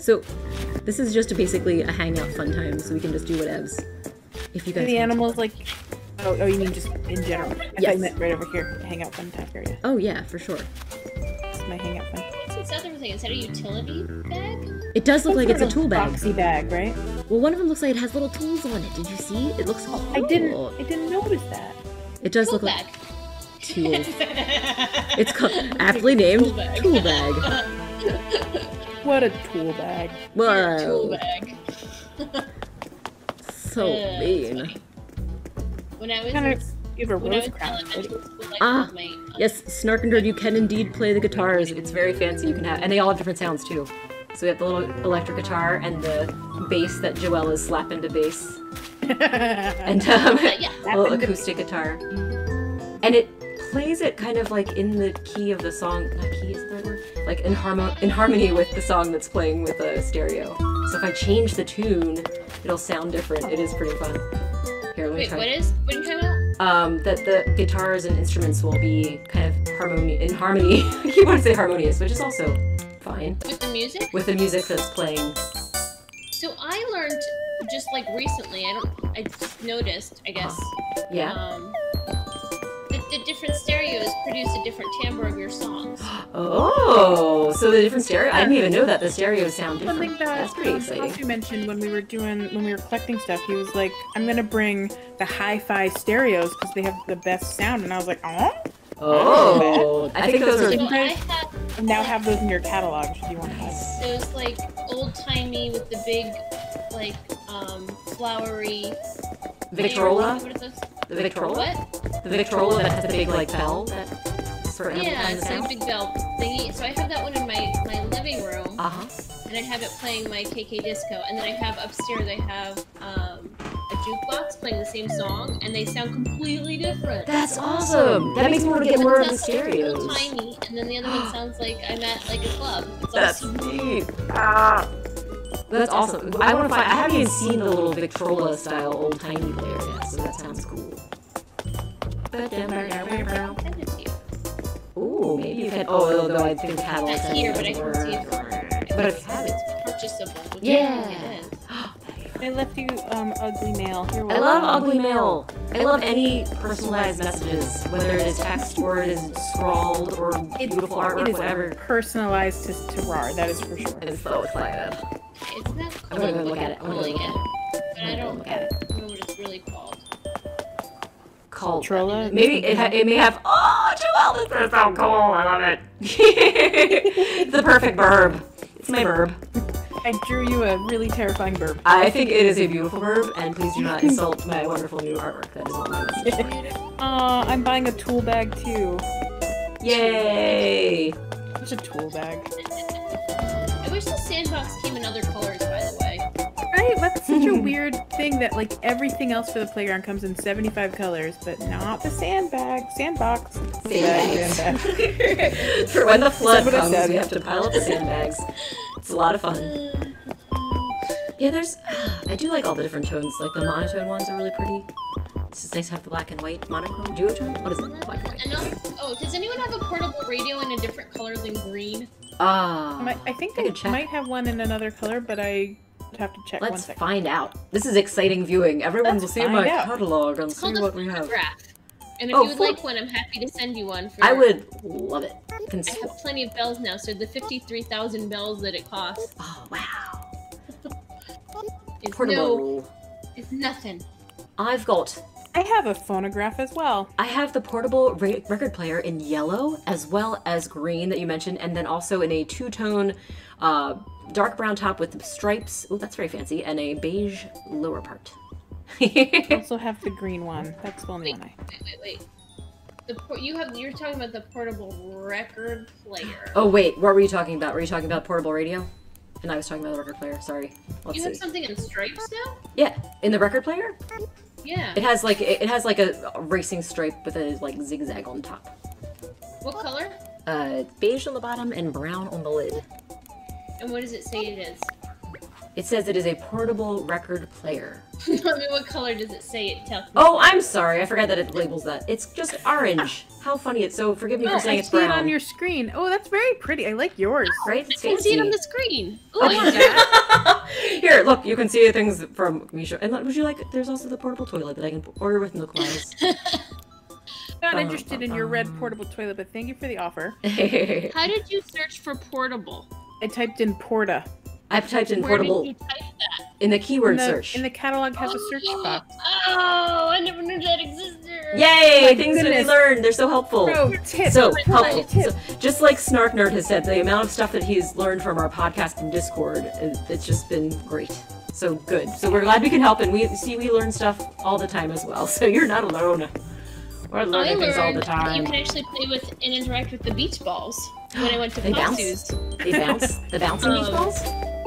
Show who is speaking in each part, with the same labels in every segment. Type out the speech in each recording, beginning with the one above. Speaker 1: So, this is just basically a hangout fun time, so we can just do whatevs. If you guys.
Speaker 2: Do the
Speaker 1: want.
Speaker 2: animals like? Oh, oh, you mean just in general? I thought
Speaker 1: Yes.
Speaker 2: you meant right over here, the hangout fun time area.
Speaker 1: Oh yeah, for sure.
Speaker 2: It's my hangout fun.
Speaker 3: Since that's everything, is that a utility bag?
Speaker 1: It does look like it's a
Speaker 2: Sort of
Speaker 1: tool bag.
Speaker 2: Boxy bag, right?
Speaker 1: Well, one of them looks like it has little tools on it. Did you see? It looks cool.
Speaker 2: I didn't. I didn't notice that.
Speaker 1: It does
Speaker 3: Tool
Speaker 1: look
Speaker 3: bag.
Speaker 1: like tools. It's called, aptly named
Speaker 3: Tool bag.
Speaker 1: tool bag.
Speaker 2: What a tool bag.
Speaker 3: Tool
Speaker 1: Whoa,
Speaker 3: bag.
Speaker 1: so
Speaker 3: Uh, that's
Speaker 1: mean.
Speaker 3: funny. When I was
Speaker 2: Kind
Speaker 3: in,
Speaker 2: of give a
Speaker 3: when I was
Speaker 2: rose
Speaker 3: in
Speaker 2: crown.
Speaker 3: elementary school, I
Speaker 1: Ah,
Speaker 3: told my
Speaker 1: Yes, Snarkender, you can indeed play the guitars. It's very fancy. You can have, and they all have different sounds too. So we have the little electric guitar and the bass that Joelle is slapping to bass, and um,
Speaker 3: But yeah,
Speaker 1: a little acoustic guitar. And it plays it kind of like in the key of the song. Not key is the right word. Like in, harmo- in harmony with the song that's playing with the stereo. So if I change the tune, it'll sound different. It is pretty fun. Here, let me
Speaker 3: wait,
Speaker 1: try
Speaker 3: what is what are you talking about?
Speaker 1: um, that the guitars and instruments will be kind of harmoni- in harmony. you want to say harmonious, which is also fine
Speaker 3: With the music?
Speaker 1: with the music that's playing.
Speaker 3: So I learned just like recently. I don't. I just noticed. I guess.
Speaker 1: Uh-huh. Yeah.
Speaker 3: Um, that the different stereos produce a different timbre of your songs.
Speaker 1: Oh, so the different stereo. I didn't even know that the stereos sound different.
Speaker 2: Something that
Speaker 1: that's pretty
Speaker 2: um,
Speaker 1: exciting.
Speaker 2: Matthew mentioned when we were doing when we were collecting stuff. He was like, "I'm gonna bring the hi-fi stereos because they have the best sound," and I was like, "Oh!"
Speaker 1: Oh, I think those
Speaker 3: So
Speaker 1: are.
Speaker 3: I have
Speaker 2: And now have those in your catalog should you want to have.
Speaker 3: those like old timey with the big, like um, flowery.
Speaker 1: Victrola?
Speaker 3: What are those?
Speaker 1: The Victrola?
Speaker 3: What?
Speaker 1: The Victrola that has the big, like, bell that sort of
Speaker 3: Yeah,
Speaker 1: amplifies
Speaker 3: it's
Speaker 1: the
Speaker 3: like
Speaker 1: sound?
Speaker 3: a big bell thingy. So I have that one in my my living room.
Speaker 1: Uh huh.
Speaker 3: and I have it playing my KK disco. And then I have upstairs, I have um, a jukebox playing the same song, and they sound completely different.
Speaker 1: That's awesome! That makes me want to get
Speaker 3: One
Speaker 1: more of the
Speaker 3: sounds like a little
Speaker 1: stereos.
Speaker 3: tiny, and then the other one sounds like I'm at like a club. It's
Speaker 1: That's
Speaker 3: awesome.
Speaker 1: neat. Ah. That's awesome. I want to find. I haven't even seen the little Victrola style old timey player yet, so that sounds cool.
Speaker 3: I'll send it to you.
Speaker 1: Ooh, maybe you can. Oh, although I think catalog
Speaker 3: Not
Speaker 1: says
Speaker 3: here,
Speaker 1: it
Speaker 3: but I can
Speaker 1: doesn't
Speaker 3: see
Speaker 1: work.
Speaker 3: it.
Speaker 1: But if you have it,
Speaker 3: purchasable. Which
Speaker 1: Yeah.
Speaker 3: I think it is.
Speaker 2: I left you um ugly mail. Here,
Speaker 1: I
Speaker 2: we'll-
Speaker 1: love ugly mail. I love any personalized messages, whether it is text or it is scrawled or beautiful
Speaker 2: It
Speaker 1: artwork,
Speaker 2: is
Speaker 1: whatever.
Speaker 2: personalized to, to RAR. That is for sure.
Speaker 1: It's so excited.
Speaker 3: It's not
Speaker 1: I'm
Speaker 3: called
Speaker 1: gonna go
Speaker 3: what
Speaker 1: look at
Speaker 3: they're
Speaker 1: it. I'm gonna
Speaker 3: calling
Speaker 1: look at it.
Speaker 3: it, but I
Speaker 1: I'm gonna
Speaker 3: don't
Speaker 1: look at it.
Speaker 3: know what it's really called.
Speaker 1: Called
Speaker 2: Trolla.
Speaker 1: Maybe it, ha- it may have. Oh, Joelle, this is so cool. I love it. the perfect verb. It's my verb.
Speaker 2: I drew you a really terrifying burp.
Speaker 1: I think it is a beautiful verb, and please do not insult my wonderful new artwork. That is what my message. is.
Speaker 2: Aw, I'm buying a tool bag too.
Speaker 1: Yay!
Speaker 2: Such a tool bag.
Speaker 3: I wish the sandbox came in other colors, by the way.
Speaker 2: Right? That's such a weird thing that like everything else for the playground comes in 75 colors, but not the sandbag, sandbox.
Speaker 1: Sandbags.
Speaker 2: Sandbag.
Speaker 1: For when the flood
Speaker 2: That's what I
Speaker 1: comes,
Speaker 2: said.
Speaker 1: we have to pile up the sandbags. It's a lot of fun. Yeah, there's. I do like all the different tones. Like the monotone ones are really pretty. It's just nice to have the black and white monochrome duotone. What is it? Black and white.
Speaker 3: And I'll, oh, does anyone have a portable radio in a different color than green?
Speaker 1: Ah.
Speaker 2: Um, I, I think
Speaker 1: I
Speaker 2: I,
Speaker 1: can check.
Speaker 2: might have one in another color, but I would have to check one
Speaker 1: Let's
Speaker 2: second.
Speaker 1: find out. This is exciting viewing. Everyone
Speaker 2: Let's
Speaker 1: will see
Speaker 2: find
Speaker 1: my
Speaker 2: out.
Speaker 1: catalog and
Speaker 3: It's
Speaker 1: see
Speaker 3: called a
Speaker 1: what we have.
Speaker 3: phonograph. And if
Speaker 1: Oh,
Speaker 3: you would
Speaker 1: phon-
Speaker 3: like one, I'm happy to send you one. For,
Speaker 1: I would love it.
Speaker 3: I
Speaker 1: Cons-
Speaker 3: have plenty of bells now, so the 53,000 bells that it costs
Speaker 1: oh wow!
Speaker 3: is no,
Speaker 1: Portable.
Speaker 3: it's nothing.
Speaker 1: I've got.
Speaker 2: I have a phonograph as well.
Speaker 1: I have the portable ra- record player in yellow as well as green that you mentioned, and then also in a two-tone, uh, dark brown top with stripes. Oh, that's very fancy, and a beige lower part.
Speaker 2: I also have the green one. That's the only one I.
Speaker 3: Wait, wait, wait. The por- you have you're talking about the portable record player.
Speaker 1: oh wait, what were you talking about? Were you talking about portable radio? And I was talking about the record player. Sorry. Let's
Speaker 3: you have
Speaker 1: see.
Speaker 3: something in stripes now?
Speaker 1: Yeah, in the record player.
Speaker 3: Yeah.
Speaker 1: It has like it it has like a racing stripe with a like zigzag on top.
Speaker 3: What color?
Speaker 1: Uh, beige on the bottom and brown on the lid.
Speaker 3: And what does it say it is?
Speaker 1: It says it is a portable record player.
Speaker 3: Tell me what color does it say it tells me.
Speaker 1: Oh, I'm sorry. I forgot that it labels that. It's just orange. How funny it's so. Forgive me
Speaker 3: Oh,
Speaker 1: for
Speaker 3: I
Speaker 2: I
Speaker 1: saying it's
Speaker 2: see it
Speaker 1: brown.
Speaker 2: on your screen. Oh, that's very pretty. I like yours.
Speaker 1: right? It's
Speaker 3: I can see it on
Speaker 1: fancy.
Speaker 3: the screen. Ooh,
Speaker 1: Oh,
Speaker 3: I want that.
Speaker 1: Here, look, you can see things from Misha. And would you like? There's also the portable toilet that I can order with milk wise.
Speaker 2: Not
Speaker 1: Bum,
Speaker 2: interested in your
Speaker 1: bum,
Speaker 2: red
Speaker 1: bum.
Speaker 2: portable toilet, but thank you for the offer.
Speaker 1: I've
Speaker 3: How did you search for portable?
Speaker 2: I typed in Porta.
Speaker 1: typed in
Speaker 3: Where
Speaker 1: portable
Speaker 3: did you type that?
Speaker 1: in the keyword
Speaker 2: in the,
Speaker 1: search.
Speaker 2: In the catalog has a search
Speaker 3: Oh,
Speaker 2: box.
Speaker 3: Oh, I never knew that existed.
Speaker 1: Yay!
Speaker 2: my
Speaker 1: things that we
Speaker 2: goodness.
Speaker 1: learned. They're so helpful.
Speaker 2: Pro tip.
Speaker 1: so
Speaker 2: pro
Speaker 1: helpful.
Speaker 2: tip.
Speaker 1: So, just like Snark Nerd has said, the amount of stuff that he's learned from our podcast and Discord, it- it's just been great. So good. So we're glad we can help, and we see we learn stuff all the time as well. So you're not alone. We're
Speaker 3: I
Speaker 1: learning things all
Speaker 3: learned
Speaker 1: the
Speaker 3: that you
Speaker 1: time.
Speaker 3: can actually play with and interact with the beach balls when I went to
Speaker 1: They bounce?
Speaker 3: Ponsu's.
Speaker 1: They bounce. The
Speaker 2: Oh.
Speaker 1: bouncing
Speaker 3: Um,
Speaker 1: beach balls.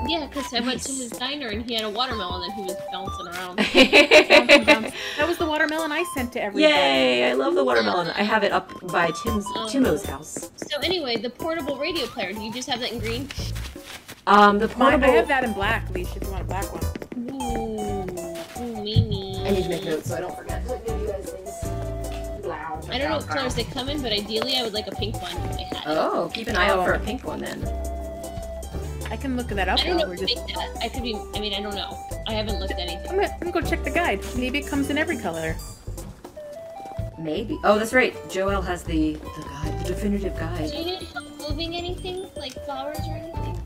Speaker 3: Yeah, because I went to
Speaker 1: Nice.
Speaker 3: his diner and he had a watermelon and he was bouncing around.
Speaker 2: Bounce and bounce. That was the watermelon I sent to everybody.
Speaker 1: Yay! I love the watermelon.
Speaker 2: Oh.
Speaker 1: I have it up by Tim's
Speaker 3: Um,
Speaker 1: Timo's house.
Speaker 3: So anyway, the portable radio player. Do you just have that in green?
Speaker 1: Um, the
Speaker 2: Mine,
Speaker 1: portable.
Speaker 2: I have that in black, Leash, if you want a black one.
Speaker 3: Ooh, ooh, Mimi.
Speaker 1: I need to make notes so I don't forget. What do you guys think? Wow.
Speaker 3: I don't know what colors they come in, but ideally I would like a pink one if I had. it.
Speaker 1: Oh, keep an eye out for a pink one then.
Speaker 2: I can look that up.
Speaker 3: I don't
Speaker 2: while
Speaker 1: Oh,
Speaker 3: know
Speaker 2: we're
Speaker 3: if they
Speaker 2: just...
Speaker 3: make that. I could be. I mean, I don't know. I haven't looked at anything.
Speaker 2: I'm gonna, I'm gonna go check the guide. Maybe it comes in every color.
Speaker 1: Maybe. Oh, that's right. Joel has the the guide, the definitive
Speaker 3: Do
Speaker 1: guide.
Speaker 3: you need help moving anything, like flowers or anything?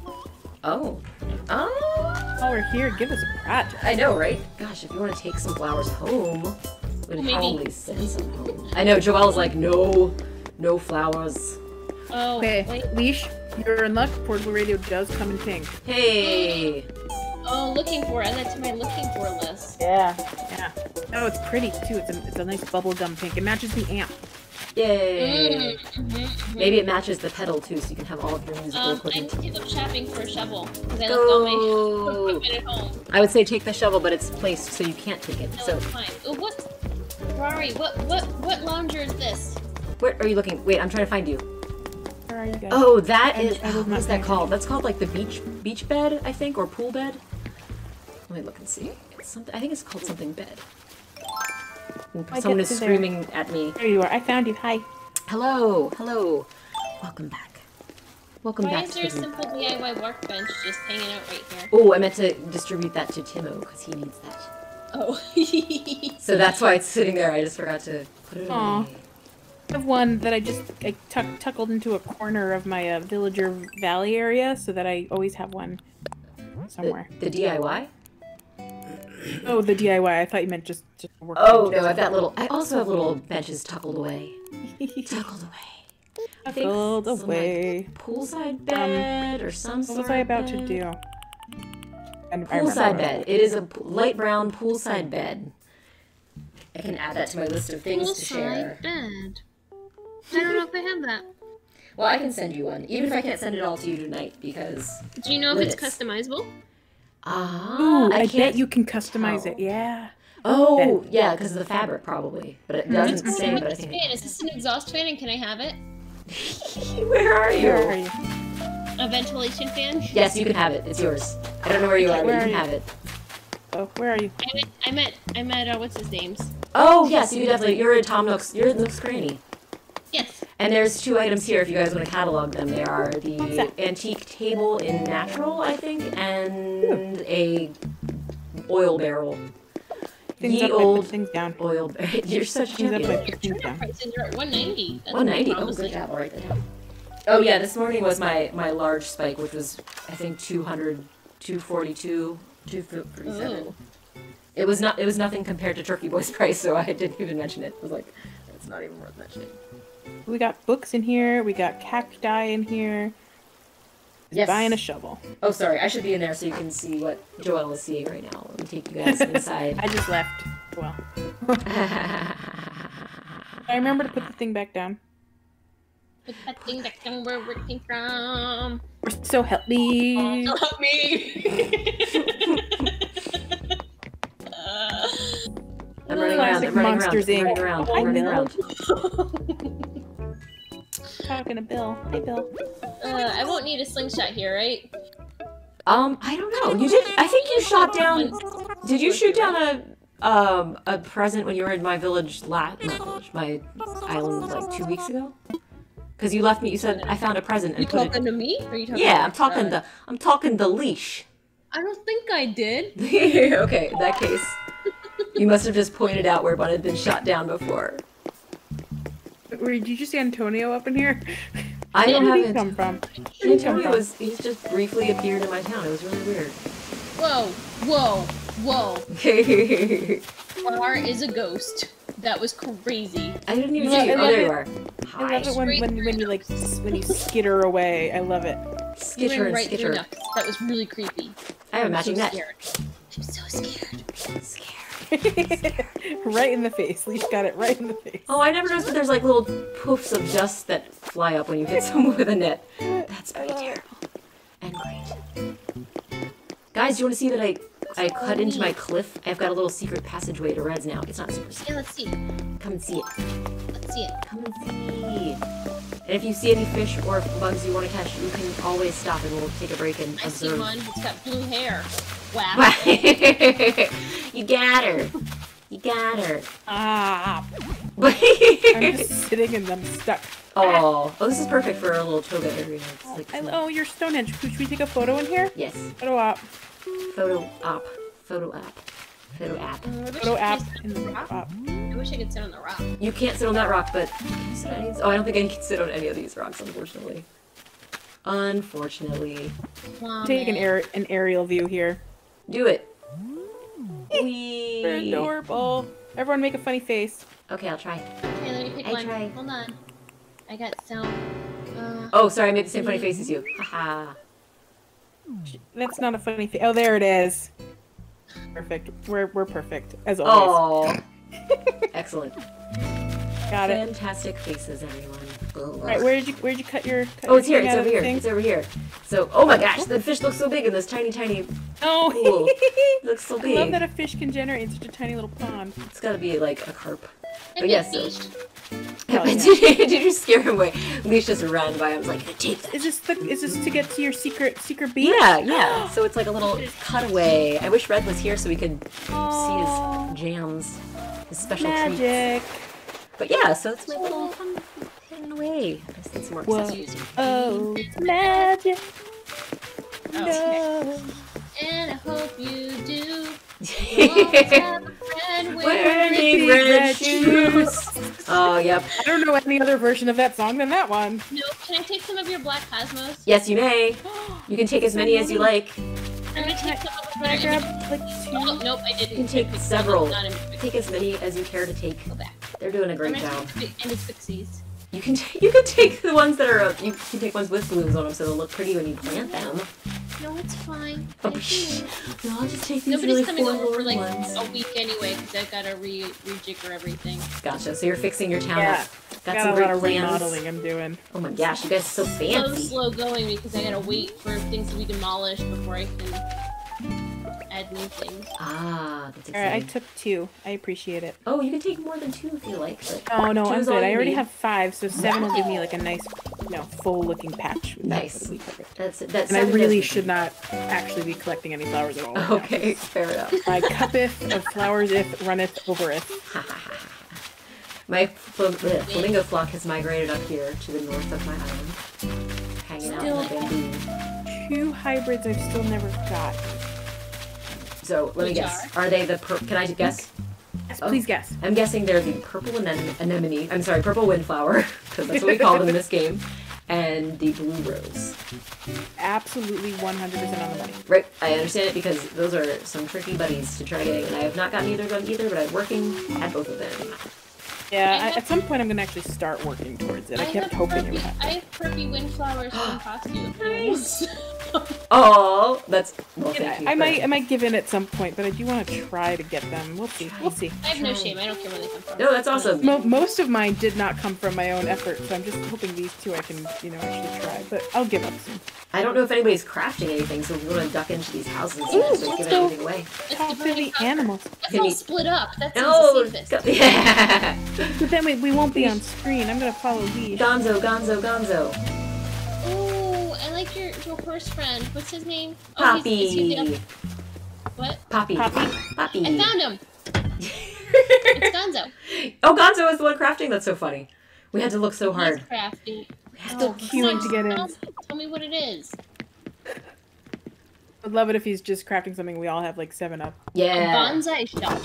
Speaker 1: Oh. Oh.
Speaker 2: While we're here, give us a project.
Speaker 1: I know, right? Gosh, if you want to take some flowers home, we'd
Speaker 3: Maybe.
Speaker 1: probably send some home. I know. Joelle's like, no, no flowers.
Speaker 3: Oh,
Speaker 2: Okay,
Speaker 3: wait.
Speaker 2: Leash, you're in luck. Portable radio does come in pink.
Speaker 1: Hey.
Speaker 3: Oh, looking for. Add that to my looking for list.
Speaker 2: Yeah. Yeah. Oh, it's pretty too. It's a, it's a nice bubblegum pink. It matches the amp.
Speaker 1: Yay.
Speaker 3: Mm, mhm, mhm.
Speaker 1: Maybe it matches the pedal too, so you can have all of your musical
Speaker 3: Um, I need
Speaker 1: equipment.
Speaker 3: to go shopping for a shovel because I left all my
Speaker 1: Go.
Speaker 3: equipment at home.
Speaker 1: I would say take the shovel, but it's placed so you can't take it.
Speaker 3: No,
Speaker 1: So,
Speaker 3: it's fine. Oh, what? Rari, what what what lounger is this?
Speaker 1: where are you looking? Wait, I'm trying to find you.
Speaker 2: Where are you guys?
Speaker 1: Oh, that
Speaker 2: I-
Speaker 1: is.
Speaker 2: I was
Speaker 1: what is
Speaker 2: not
Speaker 1: that
Speaker 2: paying
Speaker 1: called? That's called like the beach beach bed, I think, or pool bed. Let me look and see. It's something. I think it's called something bed. And
Speaker 2: I
Speaker 1: Someone
Speaker 2: get
Speaker 1: is
Speaker 2: to there.
Speaker 1: screaming at me.
Speaker 2: There you are. I found you. Hi.
Speaker 1: Hello, hello. Welcome back. Welcome
Speaker 3: Why
Speaker 1: back
Speaker 3: is
Speaker 1: to
Speaker 3: there a
Speaker 1: the group.
Speaker 3: simple DIY workbench just hanging out right here?
Speaker 1: Oh, I meant to distribute that to Timo because he needs that.
Speaker 3: Oh,
Speaker 1: So that's why it's sitting there. I just forgot to put it
Speaker 2: Aw.
Speaker 1: away.
Speaker 2: I have one that I just I tuck, tuckled into a corner of my uh, villager valley area so that I always have one
Speaker 1: The,
Speaker 2: somewhere.
Speaker 1: the DIY.
Speaker 2: Oh, the DIY. I thought you meant just just work.
Speaker 1: Oh no, I've got little. I also have little benches tuckled away. Tuckled away.
Speaker 2: tuckled
Speaker 1: some, like,
Speaker 2: away.
Speaker 1: Poolside bed or some
Speaker 2: What
Speaker 1: sort.
Speaker 2: was I
Speaker 1: of
Speaker 2: about to
Speaker 1: bed.
Speaker 2: do? And I remember
Speaker 1: Poolside
Speaker 2: what-
Speaker 1: bed. It is a p- light brown poolside bed. I can add that to my list of things to share.
Speaker 3: bed. I don't know if I have that.
Speaker 1: Well, I can send you one, even if I can't send it all to you tonight because
Speaker 3: Do you know if it's
Speaker 1: Limits.
Speaker 3: customizable?
Speaker 1: ah,
Speaker 2: Ooh,
Speaker 1: I,
Speaker 2: I,
Speaker 1: can't.
Speaker 2: bet you can customize
Speaker 1: tell.
Speaker 2: it. Yeah.
Speaker 1: Oh, yeah, because of the fabric probably, but it doesn't
Speaker 2: Mm-hmm.
Speaker 3: What's
Speaker 1: say. But I
Speaker 3: this
Speaker 1: think.
Speaker 3: fan? Is this an exhaust fan and can I have it?
Speaker 1: Where are
Speaker 2: Where are
Speaker 1: you?
Speaker 2: you?
Speaker 3: A ventilation fan?
Speaker 1: Yes, you can have it. It's yours. I don't know where you are, but
Speaker 2: Where
Speaker 1: you can
Speaker 2: are you?
Speaker 1: have it.
Speaker 2: Oh, where are you?
Speaker 3: I'm at, I'm at, I'm at uh, what's his name's?
Speaker 1: Oh yes, you definitely. You're a Tom Nook's. You're a Nook's Granny.
Speaker 3: Yes.
Speaker 1: And there's two items here if you guys want to catalog them. They are
Speaker 2: What's
Speaker 1: the
Speaker 2: that?
Speaker 1: antique table in natural, I think, and a oil barrel.
Speaker 2: Things
Speaker 1: Ye
Speaker 2: up, I
Speaker 1: old
Speaker 2: put things down.
Speaker 1: Oil barrel. You're such a
Speaker 2: Things up, I
Speaker 1: champion.
Speaker 2: put things down.
Speaker 3: Prices are at 190. That's
Speaker 1: 190. Oh,
Speaker 3: promising.
Speaker 1: good job. I'll write that down. Oh yeah, this morning was my my large spike, which was I think 200, 242, 237.
Speaker 3: Ooh.
Speaker 1: It was not. It was nothing compared to Turkey Boy's price, so I didn't even mention it. I was like, it's not even worth mentioning.
Speaker 2: We got books in here. We got cacti in here. He's
Speaker 1: Yes.
Speaker 2: Buying a shovel.
Speaker 1: Oh, sorry. I should be in there so you can see what Joelle is seeing right now. Let me take you guys inside.
Speaker 2: I just left. Well, I remember to put the thing back down.
Speaker 3: Put that thing back down where it came from.
Speaker 2: We're so
Speaker 1: Oh,
Speaker 2: healthy.
Speaker 3: Help me. Uh,
Speaker 1: I'm running around. I'm
Speaker 2: Classic
Speaker 1: running
Speaker 2: Monsters, Inc.
Speaker 1: around. I'm running around.
Speaker 2: I
Speaker 1: I'm running
Speaker 2: know.
Speaker 1: around.
Speaker 2: Talking to Bill. Hey, Bill.
Speaker 3: uh, I won't need a slingshot here, right?
Speaker 1: Um, I don't know. You did. I think you shot down. Did you shoot down a um, a present when you were in my village last, village, my island like two weeks ago. Because you left me, you said I found a present and
Speaker 3: You
Speaker 1: put it.
Speaker 3: talking to me? Or you talking
Speaker 1: Yeah,
Speaker 3: to
Speaker 1: I'm talking
Speaker 3: Charlotte?
Speaker 1: the, I'm talking the leash.
Speaker 3: I don't think I did.
Speaker 1: okay, in that case, you must have just pointed out where one had been shot down before.
Speaker 2: Were- Did you see Antonio up in here?
Speaker 1: I
Speaker 2: Where
Speaker 1: don't
Speaker 2: did he
Speaker 1: have
Speaker 2: come
Speaker 1: it.
Speaker 2: from? Where did he come
Speaker 1: Antonio
Speaker 2: from?
Speaker 1: was, he's just briefly appeared in my town. It was really weird.
Speaker 3: Whoa, whoa, whoa.
Speaker 1: I
Speaker 3: R is a ghost. That was crazy.
Speaker 1: didn't even
Speaker 2: Yeah,
Speaker 1: see you.
Speaker 2: I
Speaker 1: Oh, there you are.
Speaker 2: love I
Speaker 1: Hi.
Speaker 2: love it when, when, when you like s- when you skitter away. I love it.
Speaker 3: You
Speaker 1: Skitter
Speaker 3: went
Speaker 1: and
Speaker 3: right through
Speaker 1: skitter.
Speaker 3: knuckles. That was really creepy.
Speaker 1: I have a
Speaker 3: I'm
Speaker 1: matching
Speaker 3: so
Speaker 1: net.
Speaker 3: Scared. I'm so scared.
Speaker 1: Scared.
Speaker 2: right in the face. Leash got it right in the face.
Speaker 1: Oh, I never noticed that there's like little poofs of dust that fly up when you hit someone with a net. That's pretty
Speaker 2: love it.
Speaker 1: terrible. And great. Guys, do you want to see that I I cut into my cliff? I've got a little secret passageway to Red's now. It's not super secret.
Speaker 3: Yeah, let's see.
Speaker 1: Come and see it.
Speaker 3: Let's see it.
Speaker 1: Come and see. And if you see any fish or bugs you want to catch, you can always stop and we'll take a break and
Speaker 3: I see
Speaker 1: observe.
Speaker 3: one. It's got blue hair. Wow.
Speaker 1: you got her. You got her.
Speaker 2: Ah! I'm
Speaker 1: oh,
Speaker 2: just sitting and I'm stuck.
Speaker 1: oh, this is perfect for a little toga area. It's like,
Speaker 2: I, oh, you're Stonehenge. Should we take a photo in here?
Speaker 1: Yes,
Speaker 2: Photo op.
Speaker 1: photo op, photo app, photo app.
Speaker 3: I wish
Speaker 2: Photo
Speaker 3: I could
Speaker 2: app.
Speaker 3: sit
Speaker 2: In
Speaker 3: on
Speaker 2: the
Speaker 3: the rock.
Speaker 2: op.
Speaker 3: I wish I could sit on the rock.
Speaker 1: You can't sit on that rock, but can you sit on any? of these- Oh, I don't think I can sit on any of these rocks, unfortunately. Unfortunately,
Speaker 3: Wow,
Speaker 2: Take an
Speaker 3: man.
Speaker 2: air an aerial view here.
Speaker 1: do it.
Speaker 2: They're
Speaker 1: Wee.
Speaker 2: adorable. Everyone make a funny face.
Speaker 1: Okay, I'll try.
Speaker 3: Okay, let me pick
Speaker 1: I
Speaker 3: one.
Speaker 1: tried.
Speaker 3: Hold on. I got some. Uh,
Speaker 1: Oh, sorry, I made the same funny face as you. Haha.
Speaker 2: That's not a funny face. Oh, there it is. Perfect. We're we're perfect as always.
Speaker 1: Oh, excellent.
Speaker 2: Got it.
Speaker 1: Fantastic faces, everyone.
Speaker 2: All right, where did you where did you cut your? Cut
Speaker 1: Oh,
Speaker 2: your
Speaker 1: it's here.
Speaker 2: thing
Speaker 1: It's
Speaker 2: out
Speaker 1: over
Speaker 2: of the
Speaker 1: here.
Speaker 2: thing?
Speaker 1: It's over here. So, oh my gosh, the fish looks so big in this tiny, tiny. It
Speaker 2: No.
Speaker 1: Cool. looks so
Speaker 2: I love that
Speaker 1: big.
Speaker 2: a fish can generate in such a tiny little pond.
Speaker 1: It's gotta be like a carp.
Speaker 3: and
Speaker 1: yes,
Speaker 3: maybe-
Speaker 2: Oh, yeah.
Speaker 1: did, did you scare him away? Leash just ran by. I was like, I take that.
Speaker 2: Is this the is this to get to your secret secret beach?
Speaker 1: Yeah, yeah. So it's like a little cutaway. I wish Red was here so we could see
Speaker 2: Aw,
Speaker 1: his jams, his special treats.
Speaker 2: magic.
Speaker 1: But yeah, so it's my little fun hidden away. I just need some more
Speaker 2: Whoa.
Speaker 1: accessories.
Speaker 2: Oh, it's magic. No.
Speaker 3: And I hope you do.
Speaker 1: Wearing
Speaker 3: Where
Speaker 1: big
Speaker 2: red
Speaker 1: red
Speaker 2: shoes.
Speaker 1: shoes. Oh, yep.
Speaker 2: I don't know any other version of that song than that one.
Speaker 3: No, can I take some of your black cosmos?
Speaker 1: Yes, you may.
Speaker 2: Can
Speaker 1: You can take as many as you like. You
Speaker 3: I'm gonna take some of
Speaker 2: I
Speaker 3: what
Speaker 2: grab like
Speaker 3: Oh,
Speaker 2: two?
Speaker 3: nope, I didn't.
Speaker 1: can take
Speaker 3: Pick some up,
Speaker 1: several.
Speaker 3: not in-
Speaker 1: Take as many as you care to take.
Speaker 3: Go back.
Speaker 1: They're doing a
Speaker 3: I'm
Speaker 1: great
Speaker 3: gonna
Speaker 1: job.
Speaker 3: take the end of pixies.
Speaker 1: You can t- you can take the ones that are uh, you can take ones with blooms on them so they'll look pretty when you plant them.
Speaker 3: No, it's fine.
Speaker 1: Oh,
Speaker 3: I
Speaker 1: psh.
Speaker 3: do.
Speaker 1: No, I'll just take these
Speaker 3: Nobody's
Speaker 1: really
Speaker 3: coming over for
Speaker 1: forlorn
Speaker 3: like oh.
Speaker 1: ones.
Speaker 3: a week anyway because I've got to re rejigger everything.
Speaker 1: Gotcha. So you're fixing your town
Speaker 2: Yeah.
Speaker 1: up. Got
Speaker 2: Got
Speaker 1: some
Speaker 2: a lot
Speaker 1: great
Speaker 2: of
Speaker 1: plans.
Speaker 2: remodeling I'm doing.
Speaker 1: Oh my gosh, you guys are so
Speaker 3: So
Speaker 1: fancy.
Speaker 3: slow going because I got to wait for things to be demolished before I can add new things.
Speaker 1: Ah, that's
Speaker 2: All right, I
Speaker 1: exciting.
Speaker 2: took two. I appreciate it.
Speaker 1: Oh, you can take more than two if you like. But
Speaker 2: Oh no,
Speaker 1: Two
Speaker 2: I'm
Speaker 1: is all
Speaker 2: good. I
Speaker 1: you
Speaker 2: already
Speaker 1: need.
Speaker 2: have five, so seven will give me like a nice, you know, full-looking patch. with that
Speaker 1: Nice.
Speaker 2: for the week.
Speaker 1: that's that's.
Speaker 2: And I really should not actually be collecting any flowers at all. right now.
Speaker 1: Okay, fair enough.
Speaker 2: My cuppeth of flowers if runneth overeth.
Speaker 1: My fl- bleh, flamingo flock has migrated up here to the north of my island, hanging out in the
Speaker 2: Still-
Speaker 1: bamboo.
Speaker 2: Two hybrids I've still never got.
Speaker 1: So let me
Speaker 3: Which
Speaker 1: guess. Are they the? Pur- can I guess?
Speaker 2: Yes,
Speaker 1: Oh.
Speaker 2: Please guess.
Speaker 1: I'm guessing they're the purple anem- anemone. I'm sorry, purple windflower, because that's what we call them in this game, and the blue rose.
Speaker 2: Absolutely 100% on the money.
Speaker 1: Right, I understand it because those are some tricky buddies to try getting, and I have not gotten either of them either, but I'm working at both of them.
Speaker 2: Yeah,
Speaker 3: I
Speaker 2: I
Speaker 3: have-
Speaker 2: at some point I'm gonna actually start working towards it. I, kept
Speaker 3: have
Speaker 2: hoping it
Speaker 3: perky,
Speaker 2: would happen.
Speaker 3: I have perky windflowers from costume.
Speaker 1: Nice. Oh, that's well,
Speaker 2: You know,
Speaker 1: thank you.
Speaker 2: I
Speaker 1: for-
Speaker 2: might, I might give in at some point, but I do want to try to get them. We'll see. We'll see.
Speaker 3: I have no shame. I don't care where they come from.
Speaker 1: No, that's awesome.
Speaker 2: Mo- most of mine did not come from my own effort, so I'm just hoping these two I can, you know, actually try. But I'll give up soon.
Speaker 1: I don't know if anybody's crafting anything, so we're gonna duck into these houses and see if
Speaker 2: Ooh,
Speaker 1: anybody's
Speaker 2: let's
Speaker 1: giving
Speaker 2: go.
Speaker 1: anything away.
Speaker 3: Let's
Speaker 2: Talk to
Speaker 3: divide
Speaker 2: the
Speaker 3: it up.
Speaker 2: animals.
Speaker 3: Let's
Speaker 1: Can
Speaker 3: all
Speaker 1: we-
Speaker 3: split up. That seems
Speaker 1: No,
Speaker 3: the safest.
Speaker 1: Oh, go- yeah,
Speaker 2: But then we, we won't be on screen. I'm gonna follow Leash.
Speaker 1: Gonzo, Gonzo, Gonzo,
Speaker 3: Oh, I like your, your horse friend. What's his name? Oh, he's- is he
Speaker 1: Poppy,
Speaker 3: the- what?
Speaker 1: Poppy,
Speaker 2: Poppy.
Speaker 1: Poppy.
Speaker 3: I found him. It's Gonzo.
Speaker 1: oh, Gonzo is the one crafting. That's so funny. We had to look so
Speaker 3: He's
Speaker 1: hard. Oh.
Speaker 3: crafty.
Speaker 1: We had to
Speaker 2: Still queuing to get in.
Speaker 3: Tell me, tell me what it is.
Speaker 2: I'd love it if he's just crafting something we all have like seven up.
Speaker 3: A
Speaker 1: Yeah.
Speaker 3: bonsai shop.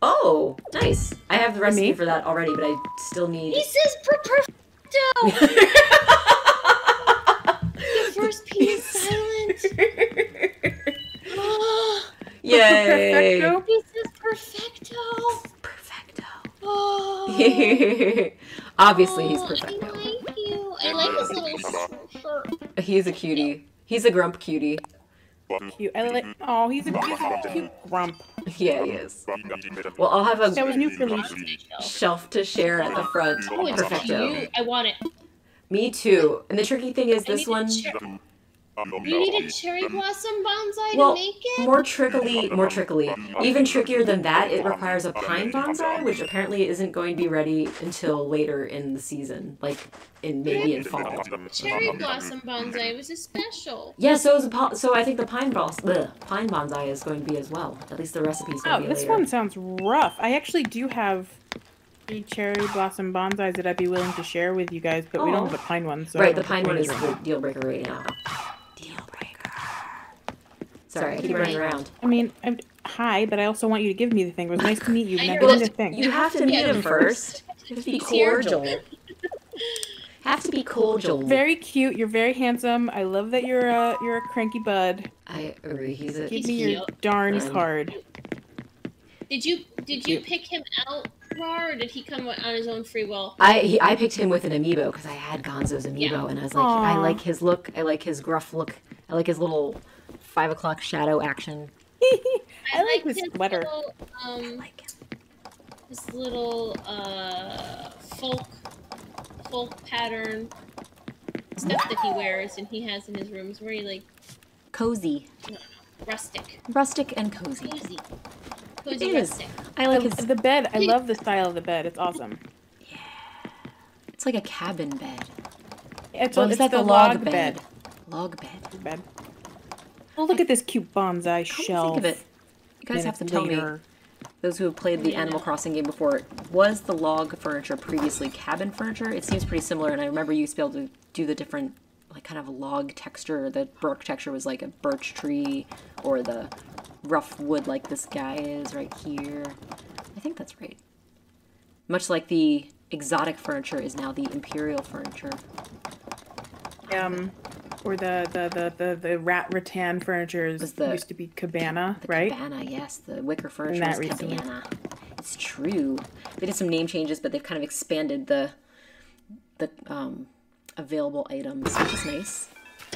Speaker 1: Oh, nice. I have the recipe
Speaker 2: Me?
Speaker 1: for that already, but I still need.
Speaker 3: He says per- perfecto. the first P is silent. Oh,
Speaker 1: Yay.
Speaker 2: Perfecto.
Speaker 3: he says perfecto.
Speaker 1: Perfecto.
Speaker 3: Oh.
Speaker 1: Obviously, he's
Speaker 3: Oh, I
Speaker 1: perfecto.
Speaker 3: like you. I like his little shirt.
Speaker 1: He's a cutie. He's a grump cutie.
Speaker 2: Cute. I like. Oh, he's a, he's a cute grump.
Speaker 1: Yeah, he is. Well,
Speaker 4: Well,
Speaker 1: I'll have a
Speaker 2: That was new for me.
Speaker 1: shelf to share at the front.
Speaker 3: Oh, it's
Speaker 1: Perfecto.
Speaker 3: cute. I want it.
Speaker 1: Me too. And the tricky thing is,
Speaker 3: I need
Speaker 1: this
Speaker 3: a
Speaker 1: one
Speaker 3: cher- you need a cherry blossom bonsai
Speaker 1: Well,
Speaker 3: to make it.
Speaker 1: more trickily, more trickily. Even trickier than that, it requires a pine bonsai, which apparently isn't going to be ready until later in the season, like in maybe in fall.
Speaker 3: cherry blossom bonsai was a special.
Speaker 1: Yeah, so is a po- so I think the pine bons- bleh, pine bonsai is going to be as well. At least the recipe's going
Speaker 2: Oh,
Speaker 1: to be
Speaker 2: this
Speaker 1: later.
Speaker 2: one sounds rough. I actually do have three cherry blossom bonsais that I'd be willing to share with you guys, but we
Speaker 1: Aw.
Speaker 2: don't have the pine one. So I
Speaker 1: Oh. right, the
Speaker 2: don't
Speaker 1: pine
Speaker 2: have
Speaker 1: one is
Speaker 2: to arrange
Speaker 1: the deal breaker right now. Deal breaker. Sorry, I keep running around.
Speaker 2: it. I mean, I'm, hi, but I also want you to give me the thing. It was nice to meet you.
Speaker 3: I
Speaker 2: and I
Speaker 3: know,
Speaker 2: didn't
Speaker 3: but
Speaker 2: get a thing.
Speaker 1: You have to meet him first. You have to be cordial. Have to be cordial.
Speaker 2: Very cute. You're very handsome. I love that you're a you're a cranky bud.
Speaker 1: I agree. He's a
Speaker 2: Give
Speaker 3: He's
Speaker 2: me your
Speaker 3: cute.
Speaker 2: darn
Speaker 1: Fine.
Speaker 2: card.
Speaker 3: Did you did you pick him out, Ra, or did he come on his own free will?
Speaker 1: I he, I picked him with an amiibo because I had Gonzo's amiibo,
Speaker 3: Yeah.
Speaker 1: and I was like, I
Speaker 2: Aw.
Speaker 1: like his look, I like his gruff look, I like his little five o'clock shadow action.
Speaker 2: I like
Speaker 3: liked
Speaker 2: his sweater.
Speaker 3: Little, um,
Speaker 1: Like him.
Speaker 3: his little uh folk folk pattern stuff that he wears and he has in his rooms where he like
Speaker 1: cozy,
Speaker 3: rustic,
Speaker 1: rustic and cozy.
Speaker 3: cozy, cozy
Speaker 1: It is.
Speaker 3: rustic.
Speaker 1: I
Speaker 2: I-
Speaker 1: like his.
Speaker 2: the bed. I love the style of the bed. It's awesome.
Speaker 1: It's like a cabin bed.
Speaker 2: It's,
Speaker 1: Well,
Speaker 2: it's
Speaker 1: is that
Speaker 2: the, log bed.
Speaker 1: Log bed.
Speaker 2: bed. Oh, look at this cute bonsai
Speaker 1: Come
Speaker 2: shell.
Speaker 1: think of it. You guys have to tell me. Those who have played the Animal Crossing game before, was the log furniture previously cabin furniture? It seems pretty similar, and I remember you used to be able to do the different, like, kind of log texture. The bark texture was like a birch tree, or the rough wood, like this guy is right here. I think that's right. Much like the exotic furniture is now the imperial furniture.
Speaker 2: Um, or the the the the, the rat rattan furniture
Speaker 1: Was
Speaker 2: is,
Speaker 1: the-
Speaker 2: used to be cabana,
Speaker 1: The
Speaker 2: right?
Speaker 1: Cabana, yes. The wicker furniture
Speaker 2: that
Speaker 1: is
Speaker 2: recently.
Speaker 1: Cabana. It's true. They did some name changes, but they've kind of expanded the the um, available items, which is nice.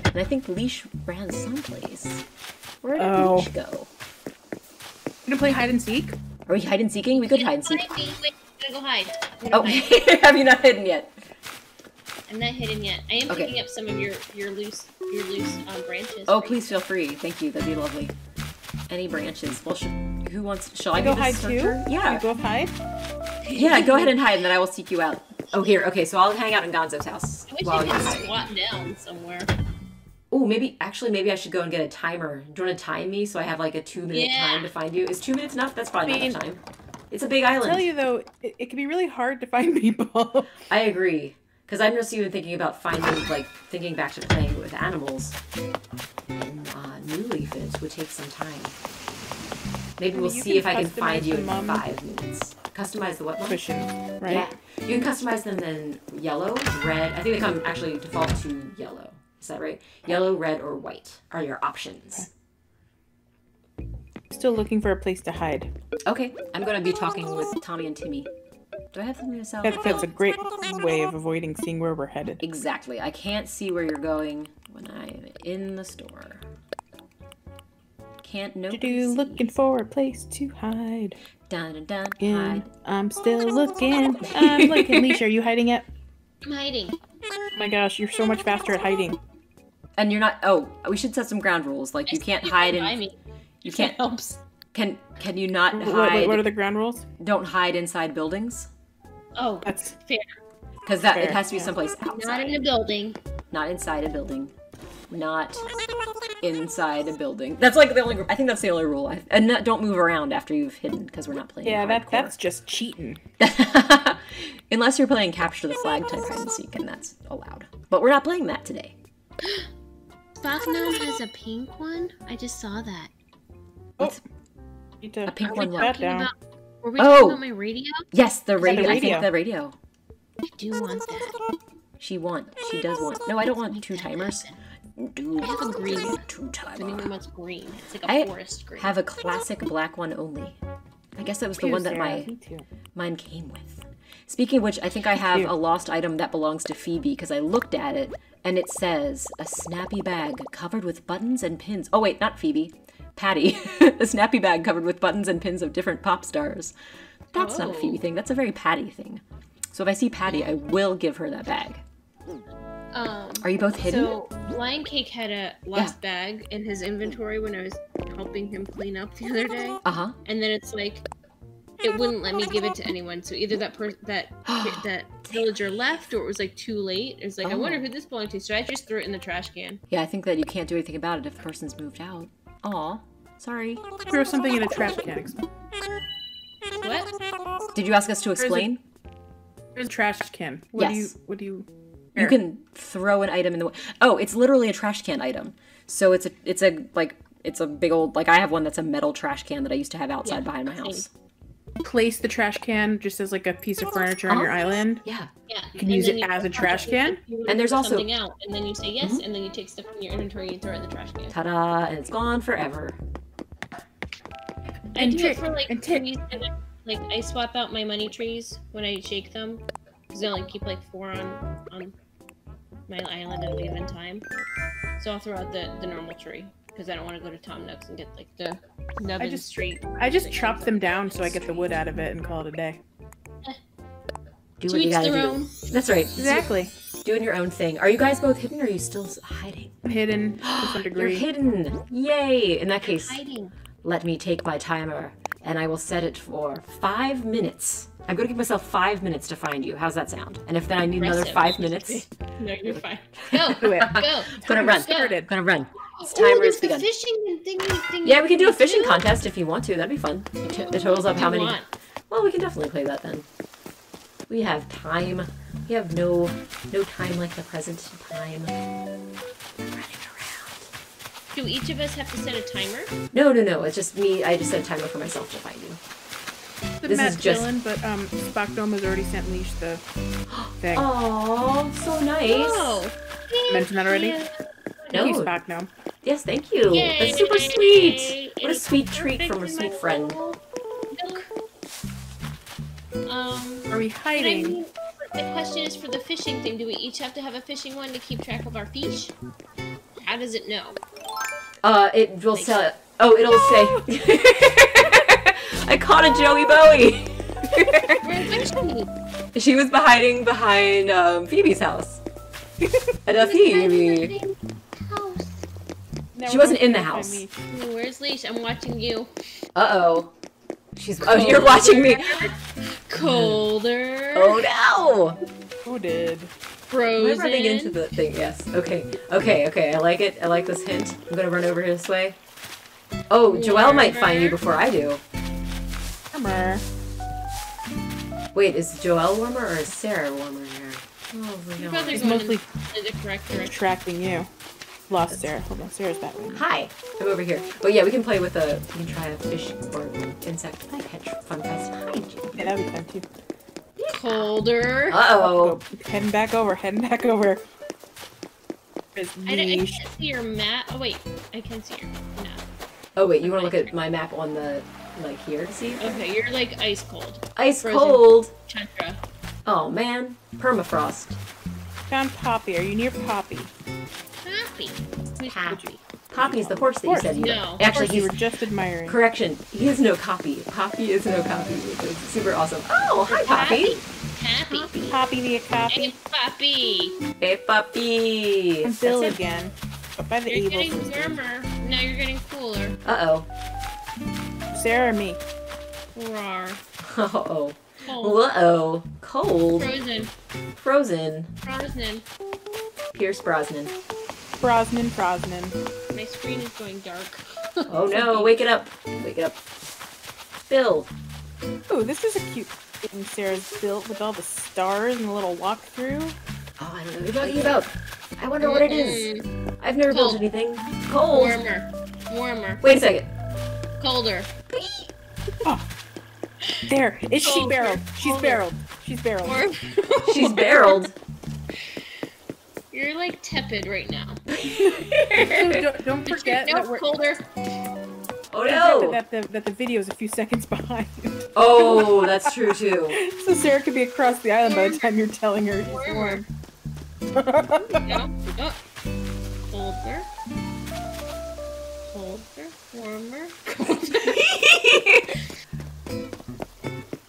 Speaker 1: And I think leash ran someplace. Where did
Speaker 2: Oh.
Speaker 1: leash go?
Speaker 2: You gonna play hide and seek?
Speaker 1: Are we hide and seeking? We could hide and seek.
Speaker 3: Find me, wait, I'm gonna go hide. I'm, gonna
Speaker 1: Oh,
Speaker 3: hide.
Speaker 1: have you not hidden yet?
Speaker 3: I'm not hidden yet. I am
Speaker 1: Okay.
Speaker 3: picking up some of your your loose your loose um, branches.
Speaker 1: Oh,
Speaker 3: for you.
Speaker 1: please feel free. Thank you. That'd be lovely. Any branches? Well, sh- who wants? Shall I,
Speaker 2: I go
Speaker 1: be the
Speaker 2: hide
Speaker 1: searcher?
Speaker 2: too.
Speaker 1: Yeah.
Speaker 2: You go hide.
Speaker 1: Yeah. Go ahead and hide, and then I will seek you out. Oh, here. Okay. So I'll hang out in Gonzo's house
Speaker 3: I wish
Speaker 1: while
Speaker 3: I
Speaker 1: you're
Speaker 3: could
Speaker 1: hiding.
Speaker 3: squat down somewhere.
Speaker 1: Oh, maybe actually, maybe I should go and get a timer. Do you want to time me so I have like a two minute
Speaker 3: Yeah.
Speaker 1: time to find you? Is two minutes enough? That's probably not
Speaker 2: mean-
Speaker 1: enough time. It's a big
Speaker 2: I
Speaker 1: island.
Speaker 2: tell you though, it, it can be really hard to find people.
Speaker 1: I agree, because I'm just even thinking about finding like thinking back to playing with animals. And uh, new leaf is would take some time. Maybe
Speaker 2: I mean,
Speaker 1: we'll
Speaker 2: you
Speaker 1: see
Speaker 2: can
Speaker 1: if I can find
Speaker 2: customize
Speaker 1: you
Speaker 2: the
Speaker 1: in
Speaker 2: mum.
Speaker 1: five minutes. Customize the what? mum?
Speaker 2: Cushion, right?
Speaker 1: Yeah, you can customize them in yellow, red. I think they come actually default to yellow. Is that right? Yellow, red, or white are your options.
Speaker 2: Still looking for a place to hide.
Speaker 1: Okay, I'm gonna be talking with Tommy and Timmy. Do I have something to sell?
Speaker 2: That, that's a great way of avoiding seeing where we're headed.
Speaker 1: Exactly. I can't see where you're going when I'm in the store. Can't notice.
Speaker 2: Do looking for a place to hide.
Speaker 1: Dun dun dun.
Speaker 2: Yeah,
Speaker 1: Hide.
Speaker 2: I'm still looking. I'm looking. Leisha, are you hiding it?
Speaker 3: I'm hiding.
Speaker 2: Oh my gosh, you're so much faster at hiding.
Speaker 1: And you're not. Oh, we should set some ground rules. Like you can't hide
Speaker 3: By
Speaker 1: in.
Speaker 3: me.
Speaker 1: You can't.
Speaker 3: Helps.
Speaker 1: Can can you not
Speaker 2: What, what, what are
Speaker 1: hide?
Speaker 2: the ground rules?
Speaker 1: Don't hide inside buildings.
Speaker 3: Oh,
Speaker 2: That's
Speaker 3: fair.
Speaker 1: Because that it
Speaker 2: Fair,
Speaker 1: has to be
Speaker 2: yeah.
Speaker 1: someplace
Speaker 3: Not in
Speaker 1: outside,
Speaker 3: a building.
Speaker 1: not inside a building, not inside a building. That's like the only. I think that's the only rule. I, and not, don't move around after you've hidden because we're not playing.
Speaker 2: Yeah, that
Speaker 1: hardcore.
Speaker 2: that's just cheating.
Speaker 1: Unless you're playing capture the flag type hide and seek, and that's allowed. But we're not playing that today.
Speaker 3: Bogno has a pink one. I just saw that.
Speaker 2: Need to
Speaker 1: Oh. A pink
Speaker 2: take
Speaker 1: one left.
Speaker 2: that
Speaker 3: Talking
Speaker 2: down.
Speaker 3: about, were we
Speaker 1: Oh.
Speaker 3: talking about my radio?
Speaker 1: Yes, the
Speaker 2: that the
Speaker 1: radio. I
Speaker 2: radio?
Speaker 1: think the radio.
Speaker 3: I do want that.
Speaker 1: She want. She does want. No, I don't want
Speaker 3: Make
Speaker 1: two
Speaker 3: that
Speaker 1: timers.
Speaker 3: happen.
Speaker 1: Do
Speaker 3: I have a green one.
Speaker 1: two
Speaker 3: The new
Speaker 1: timer.
Speaker 3: one was green. It's like a
Speaker 1: I
Speaker 3: forest green.
Speaker 1: Have a classic black one only. I guess that was the
Speaker 2: Phew,
Speaker 1: one that
Speaker 2: Sarah,
Speaker 1: my
Speaker 2: me too.
Speaker 1: mine came with. Speaking of which, I think I have
Speaker 2: Ew.
Speaker 1: a lost item that belongs to Phoebe because I looked at it and it says a snappy bag covered with buttons and pins. Oh, wait, not Phoebe. Patty. a snappy bag covered with buttons and pins of different pop stars. That's not a Phoebe
Speaker 3: Oh.
Speaker 1: thing. That's a very Patty thing. So if I see Patty, I will give her that bag.
Speaker 3: um,
Speaker 1: Are you both hidden?
Speaker 3: So Lion Cake had a lost bag in his inventory when I was helping him clean up the other day,
Speaker 1: uh
Speaker 3: and then it's like it wouldn't let me give it to anyone. So either that person that
Speaker 1: huh.
Speaker 3: that villager left, or it was like too late. It was like I wonder
Speaker 1: Oh.
Speaker 3: who this belonged to. So I just threw it in the trash can.
Speaker 1: yeah, I think that you can't do anything about it if the person's moved out. Aw, sorry.
Speaker 2: Throw something in a trash can.
Speaker 4: What?
Speaker 1: Did you ask us to
Speaker 2: it-
Speaker 1: explain?
Speaker 2: There's a trash can. What do you?
Speaker 1: Yes.
Speaker 2: What do you?
Speaker 1: You
Speaker 2: Sure.
Speaker 1: can throw an item in the. wa- Oh, it's literally a trash can item. So it's a it's a like it's a big old like I have one that's a metal trash can that I used to have outside
Speaker 3: Yeah,
Speaker 1: behind my
Speaker 3: same.
Speaker 1: house.
Speaker 2: Place the trash can just as like a piece of furniture on your
Speaker 1: Uh-huh.
Speaker 2: island.
Speaker 1: Yeah,
Speaker 3: Yeah,
Speaker 2: You can use it as a trash can?
Speaker 1: And there's also-
Speaker 3: something out, and then you say yes, and then you take stuff from your inventory and throw it in the trash can.
Speaker 1: ta-da! And it's gone forever.
Speaker 3: I
Speaker 2: And
Speaker 3: do
Speaker 2: trick-
Speaker 3: it for like
Speaker 2: and tick.
Speaker 3: trees, and I, like I swap out my money trees when I shake them because I only keep like four on on my island at a given time. So I'll throw out the the normal tree because I don't want to go to Tom Nook's and get like the nubbin
Speaker 2: just-
Speaker 3: tree.
Speaker 2: I just chop them down so I get the wood out of it and call it a day.
Speaker 1: Do
Speaker 3: To
Speaker 1: what you
Speaker 3: each
Speaker 1: gotta
Speaker 3: their
Speaker 1: do.
Speaker 3: own.
Speaker 1: That's right.
Speaker 2: Exactly.
Speaker 1: Doing your own thing. Are you guys both hidden? or Are you still s- hiding?
Speaker 2: Hidden to some
Speaker 1: You're
Speaker 2: degree.
Speaker 1: hidden. Yay! In that case,
Speaker 3: Hiding.
Speaker 1: let me take my timer and I will set it for five minutes. I'm gonna give myself five minutes to find you. How's that sound? And if then I need another
Speaker 3: Impressive.
Speaker 1: five minutes,
Speaker 3: No, you're fine. Go,
Speaker 2: Do it.
Speaker 3: go.
Speaker 1: I'm gonna run.
Speaker 2: started.
Speaker 1: gonna run. This
Speaker 3: Oh,
Speaker 1: timer
Speaker 3: there's
Speaker 1: is
Speaker 3: the
Speaker 1: begun.
Speaker 3: fishing and thingy thingy.
Speaker 1: Yeah, we can do a
Speaker 3: thingy,
Speaker 1: fishing
Speaker 3: too.
Speaker 1: contest if you want to. That'd be fun. It to- it totals up how
Speaker 3: You
Speaker 1: many.
Speaker 3: want.
Speaker 1: Well, we can definitely play that then. We have time. We have no no time like the present time. Running around.
Speaker 3: Do each of us have to set a timer?
Speaker 1: No, no, no. It's just me. I just set a timer for myself to find you.
Speaker 2: The
Speaker 1: This
Speaker 2: Matt
Speaker 1: is just-
Speaker 2: Dillon, but um, Spock Dome has already sent Leash the thing.
Speaker 1: Oh, so nice.
Speaker 3: Oh,
Speaker 2: Mentioned that already?
Speaker 1: No.
Speaker 2: Thank you, Spock Dome.
Speaker 1: Yes, thank you.
Speaker 3: Yay.
Speaker 1: That's super sweet. What a
Speaker 3: It's
Speaker 1: sweet treat
Speaker 3: perfect
Speaker 1: from a
Speaker 3: in
Speaker 1: sweet
Speaker 3: my
Speaker 1: friend.
Speaker 3: bowl. Look. Um,
Speaker 2: Are we
Speaker 3: but I
Speaker 2: hiding?
Speaker 3: mean, the question is for the fishing thing. Do we each have to have a fishing one to keep track of our fish? How does it know?
Speaker 1: Uh, it will
Speaker 3: Like-
Speaker 1: sell. Oh, it'll say. I caught a Joey Bowie.
Speaker 3: We're in fishing.
Speaker 1: She was hiding behind um, Phoebe's house. and a Phoebe.
Speaker 2: No,
Speaker 1: She
Speaker 2: we're
Speaker 1: wasn't
Speaker 2: both
Speaker 1: in the
Speaker 2: hidden by
Speaker 1: house.
Speaker 2: me.
Speaker 3: Ooh, Where's Leash? I'm watching you.
Speaker 1: Uh oh. She's. Oh, you're watching me.
Speaker 3: Colder.
Speaker 1: Oh no!
Speaker 2: Who did?
Speaker 1: Am I
Speaker 3: Frozen.
Speaker 1: running into the thing? Yes. Okay. Okay. Okay. I like it. I like this hint. I'm gonna run over here this way. Oh, Joelle might find you before I do.
Speaker 2: Summer.
Speaker 1: Wait, is Joelle warmer or is Sarah warmer here? Oh,
Speaker 3: Your
Speaker 1: my
Speaker 3: brother's
Speaker 1: God.
Speaker 2: It's
Speaker 3: going
Speaker 2: mostly-
Speaker 3: in the correct direction.
Speaker 2: Tracking you. Lost Sarah. Hold on, Sarah's that way.
Speaker 1: Hi. I'm over here. Oh yeah, we can play with a. We can try a fish or insect catch fun fest. Hi, Jim.
Speaker 2: Yeah, that'd be fun too.
Speaker 3: Colder.
Speaker 1: Uh oh.
Speaker 2: Heading back over, heading back over. It's
Speaker 3: I, don't- I
Speaker 2: Leash.
Speaker 3: can't see your map. Oh wait, I can see your map.
Speaker 1: Oh wait, you want to look at my map on the like here to see?
Speaker 3: Okay, you're like ice cold.
Speaker 1: Ice
Speaker 3: Frozen.
Speaker 1: cold.
Speaker 3: Chandra.
Speaker 1: Oh man, permafrost.
Speaker 2: Found Poppy. Are you near Poppy?
Speaker 3: Happy. Who's
Speaker 1: Happy. Poppy's the horse that you
Speaker 2: Horse,
Speaker 1: said you
Speaker 3: no.
Speaker 1: Actually,
Speaker 2: you
Speaker 1: he's
Speaker 2: were just admiring.
Speaker 1: correction. He is no copy. Poppy is no copy, which is super awesome. Oh, hi, Poppy.
Speaker 3: Happy.
Speaker 2: Poppy the
Speaker 3: Hey,
Speaker 2: copy.
Speaker 3: Poppy.
Speaker 1: Hey, Poppy.
Speaker 2: And Bill again. Up by the
Speaker 3: You're
Speaker 2: evil.
Speaker 3: getting warmer. Now you're getting cooler.
Speaker 1: Uh
Speaker 2: Sarah or me?
Speaker 3: Rar.
Speaker 1: oh. Uh oh.
Speaker 3: Cold.
Speaker 1: Uh oh. Cold.
Speaker 3: Frozen.
Speaker 1: Frozen.
Speaker 3: Frozen.
Speaker 1: Pierce Brosnan.
Speaker 2: Brosnan, Brosnan.
Speaker 3: Nice screen is going dark.
Speaker 1: Oh no, wake it up. Wake it up. Bill.
Speaker 2: Ooh, this is a cute thing Sarah's built with all the stars and the little walkthrough.
Speaker 1: Oh, I don't know what you're talking about. I wonder what it is. Oh. I've never built
Speaker 3: Cold.
Speaker 1: anything. Cold.
Speaker 3: Mm, Warmer. Warmer.
Speaker 1: Wait a second.
Speaker 3: Colder.
Speaker 2: Oh. There, is she
Speaker 3: Oh,
Speaker 2: barreled? She's
Speaker 3: oh.
Speaker 2: barreled. She's barreled.
Speaker 3: Warm.
Speaker 1: She's barreled.
Speaker 3: You're like tepid right now.
Speaker 2: So don't, don't
Speaker 3: It's
Speaker 2: forget
Speaker 3: no
Speaker 2: that we're
Speaker 3: colder.
Speaker 1: Oh
Speaker 2: don't
Speaker 1: no.
Speaker 2: forget that the that the video is a few seconds behind.
Speaker 1: Oh, that's true too.
Speaker 2: so Sarah could be across the island by the time you're telling her she's
Speaker 3: Warmer.
Speaker 2: warm.
Speaker 3: No. No. Colder. Colder. Warmer. Colder.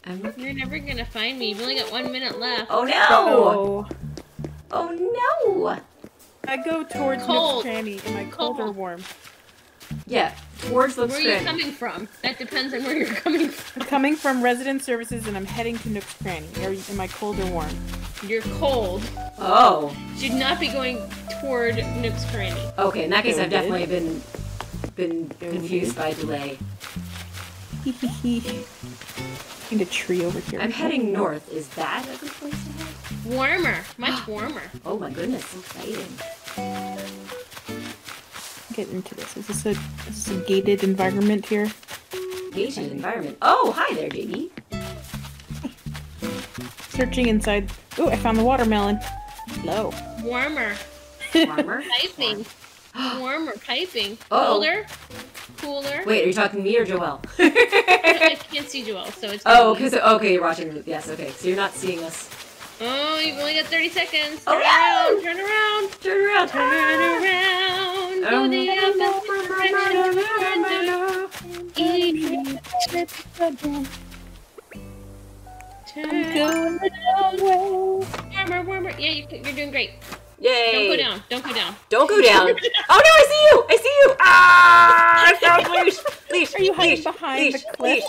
Speaker 1: I'm-
Speaker 3: You're never gonna find me. You've only got one minute left.
Speaker 1: Oh no.
Speaker 2: Oh.
Speaker 1: Oh no.
Speaker 2: I go towards Miss
Speaker 3: Cold.
Speaker 2: Cranny. Am I cold or
Speaker 3: Cold.
Speaker 2: warm?
Speaker 1: Yeah. Towards looks
Speaker 3: Where are you
Speaker 1: great.
Speaker 3: coming from? That depends on where you're coming from.
Speaker 2: I'm coming from resident services and I'm heading to Nook's Cranny. Are you- am I cold or warm?
Speaker 3: You're cold.
Speaker 1: Oh.
Speaker 3: Should not be going toward Nook's Cranny.
Speaker 1: Okay. In that case, I've
Speaker 2: There we
Speaker 1: definitely been been
Speaker 2: There we
Speaker 1: confused by delay.
Speaker 2: Find a tree over here.
Speaker 1: I'm heading north. Is that a good place to head?
Speaker 3: Warmer. Much warmer.
Speaker 1: Oh my goodness, exciting.
Speaker 2: Get into this. Is this a, is this a gated environment here?
Speaker 1: Gated environment. Oh, hi there, JD.
Speaker 2: Searching inside. Ooh, I found the watermelon. Hello.
Speaker 3: Warmer.
Speaker 1: Farmer.
Speaker 3: Piping. Warmer. Piping.
Speaker 1: Oh.
Speaker 3: Colder. Cooler.
Speaker 1: Wait, are you talking to me or Joel?
Speaker 3: I can't see Joel, so it's.
Speaker 1: oh,
Speaker 3: gonna be-
Speaker 1: because okay, you're watching. Yes, okay. So you're not seeing us.
Speaker 3: Oh, you've only got 30 seconds.
Speaker 1: Oh,
Speaker 3: Turn
Speaker 1: no!
Speaker 3: around. Turn around.
Speaker 1: Turn around.
Speaker 3: Turn around. Go the opposite direction. Eat. Turn
Speaker 2: Going away.
Speaker 3: Warmer, warmer. Yeah, you, you're doing great.
Speaker 1: Yay!
Speaker 3: Don't go down. Don't go down.
Speaker 1: Don't go down. oh no, I see you! I see you! Ah! I found leash. Leash.
Speaker 2: Are you hiding
Speaker 1: leash,
Speaker 2: behind
Speaker 1: leash,
Speaker 2: the cliff?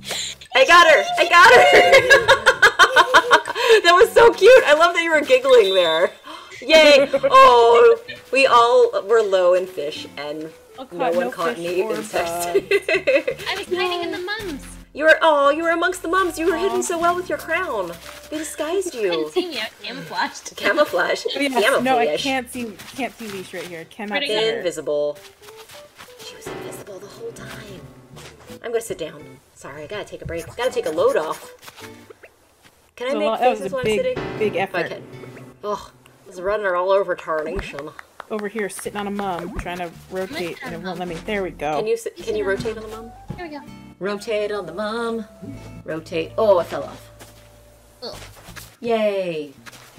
Speaker 1: leash. I got her. I got her. that was so cute. I love that you were giggling there. Yay! Oh, we all were low in fish and
Speaker 2: Oh, caught
Speaker 1: no one
Speaker 2: no
Speaker 1: caught
Speaker 2: fish
Speaker 1: any
Speaker 2: or
Speaker 1: insects.
Speaker 3: I was hiding in the mums.
Speaker 1: you were oh, you were amongst the mums. You were
Speaker 2: Aw.
Speaker 1: hidden so well with your crown. They disguised
Speaker 3: You couldn't
Speaker 1: you.
Speaker 3: see me. I was camouflaged.
Speaker 1: Camouflage.
Speaker 2: Oh, yes.
Speaker 1: Camouflage.
Speaker 2: No, I can't see. Can't see Leash right here. Cannot
Speaker 3: Pretty
Speaker 2: see her.
Speaker 1: Invisible. She was invisible the whole time. I'm gonna sit down. Sorry, I gotta take a break. Gotta take a load off. Can I
Speaker 2: So,
Speaker 1: make
Speaker 2: that was
Speaker 1: faces
Speaker 2: a
Speaker 1: while I'm
Speaker 2: big,
Speaker 1: sitting?
Speaker 2: big
Speaker 1: If I
Speaker 2: effort.
Speaker 1: can. Ugh, I was running her all over tarnation.
Speaker 2: Over here, sitting on a mum, trying to rotate, and it won't let me. There we go.
Speaker 1: Can you sit, can you rotate on the mom?
Speaker 3: Here we go.
Speaker 1: Rotate on the mom. Rotate. Oh, I fell off.
Speaker 3: Ugh,
Speaker 1: Yay.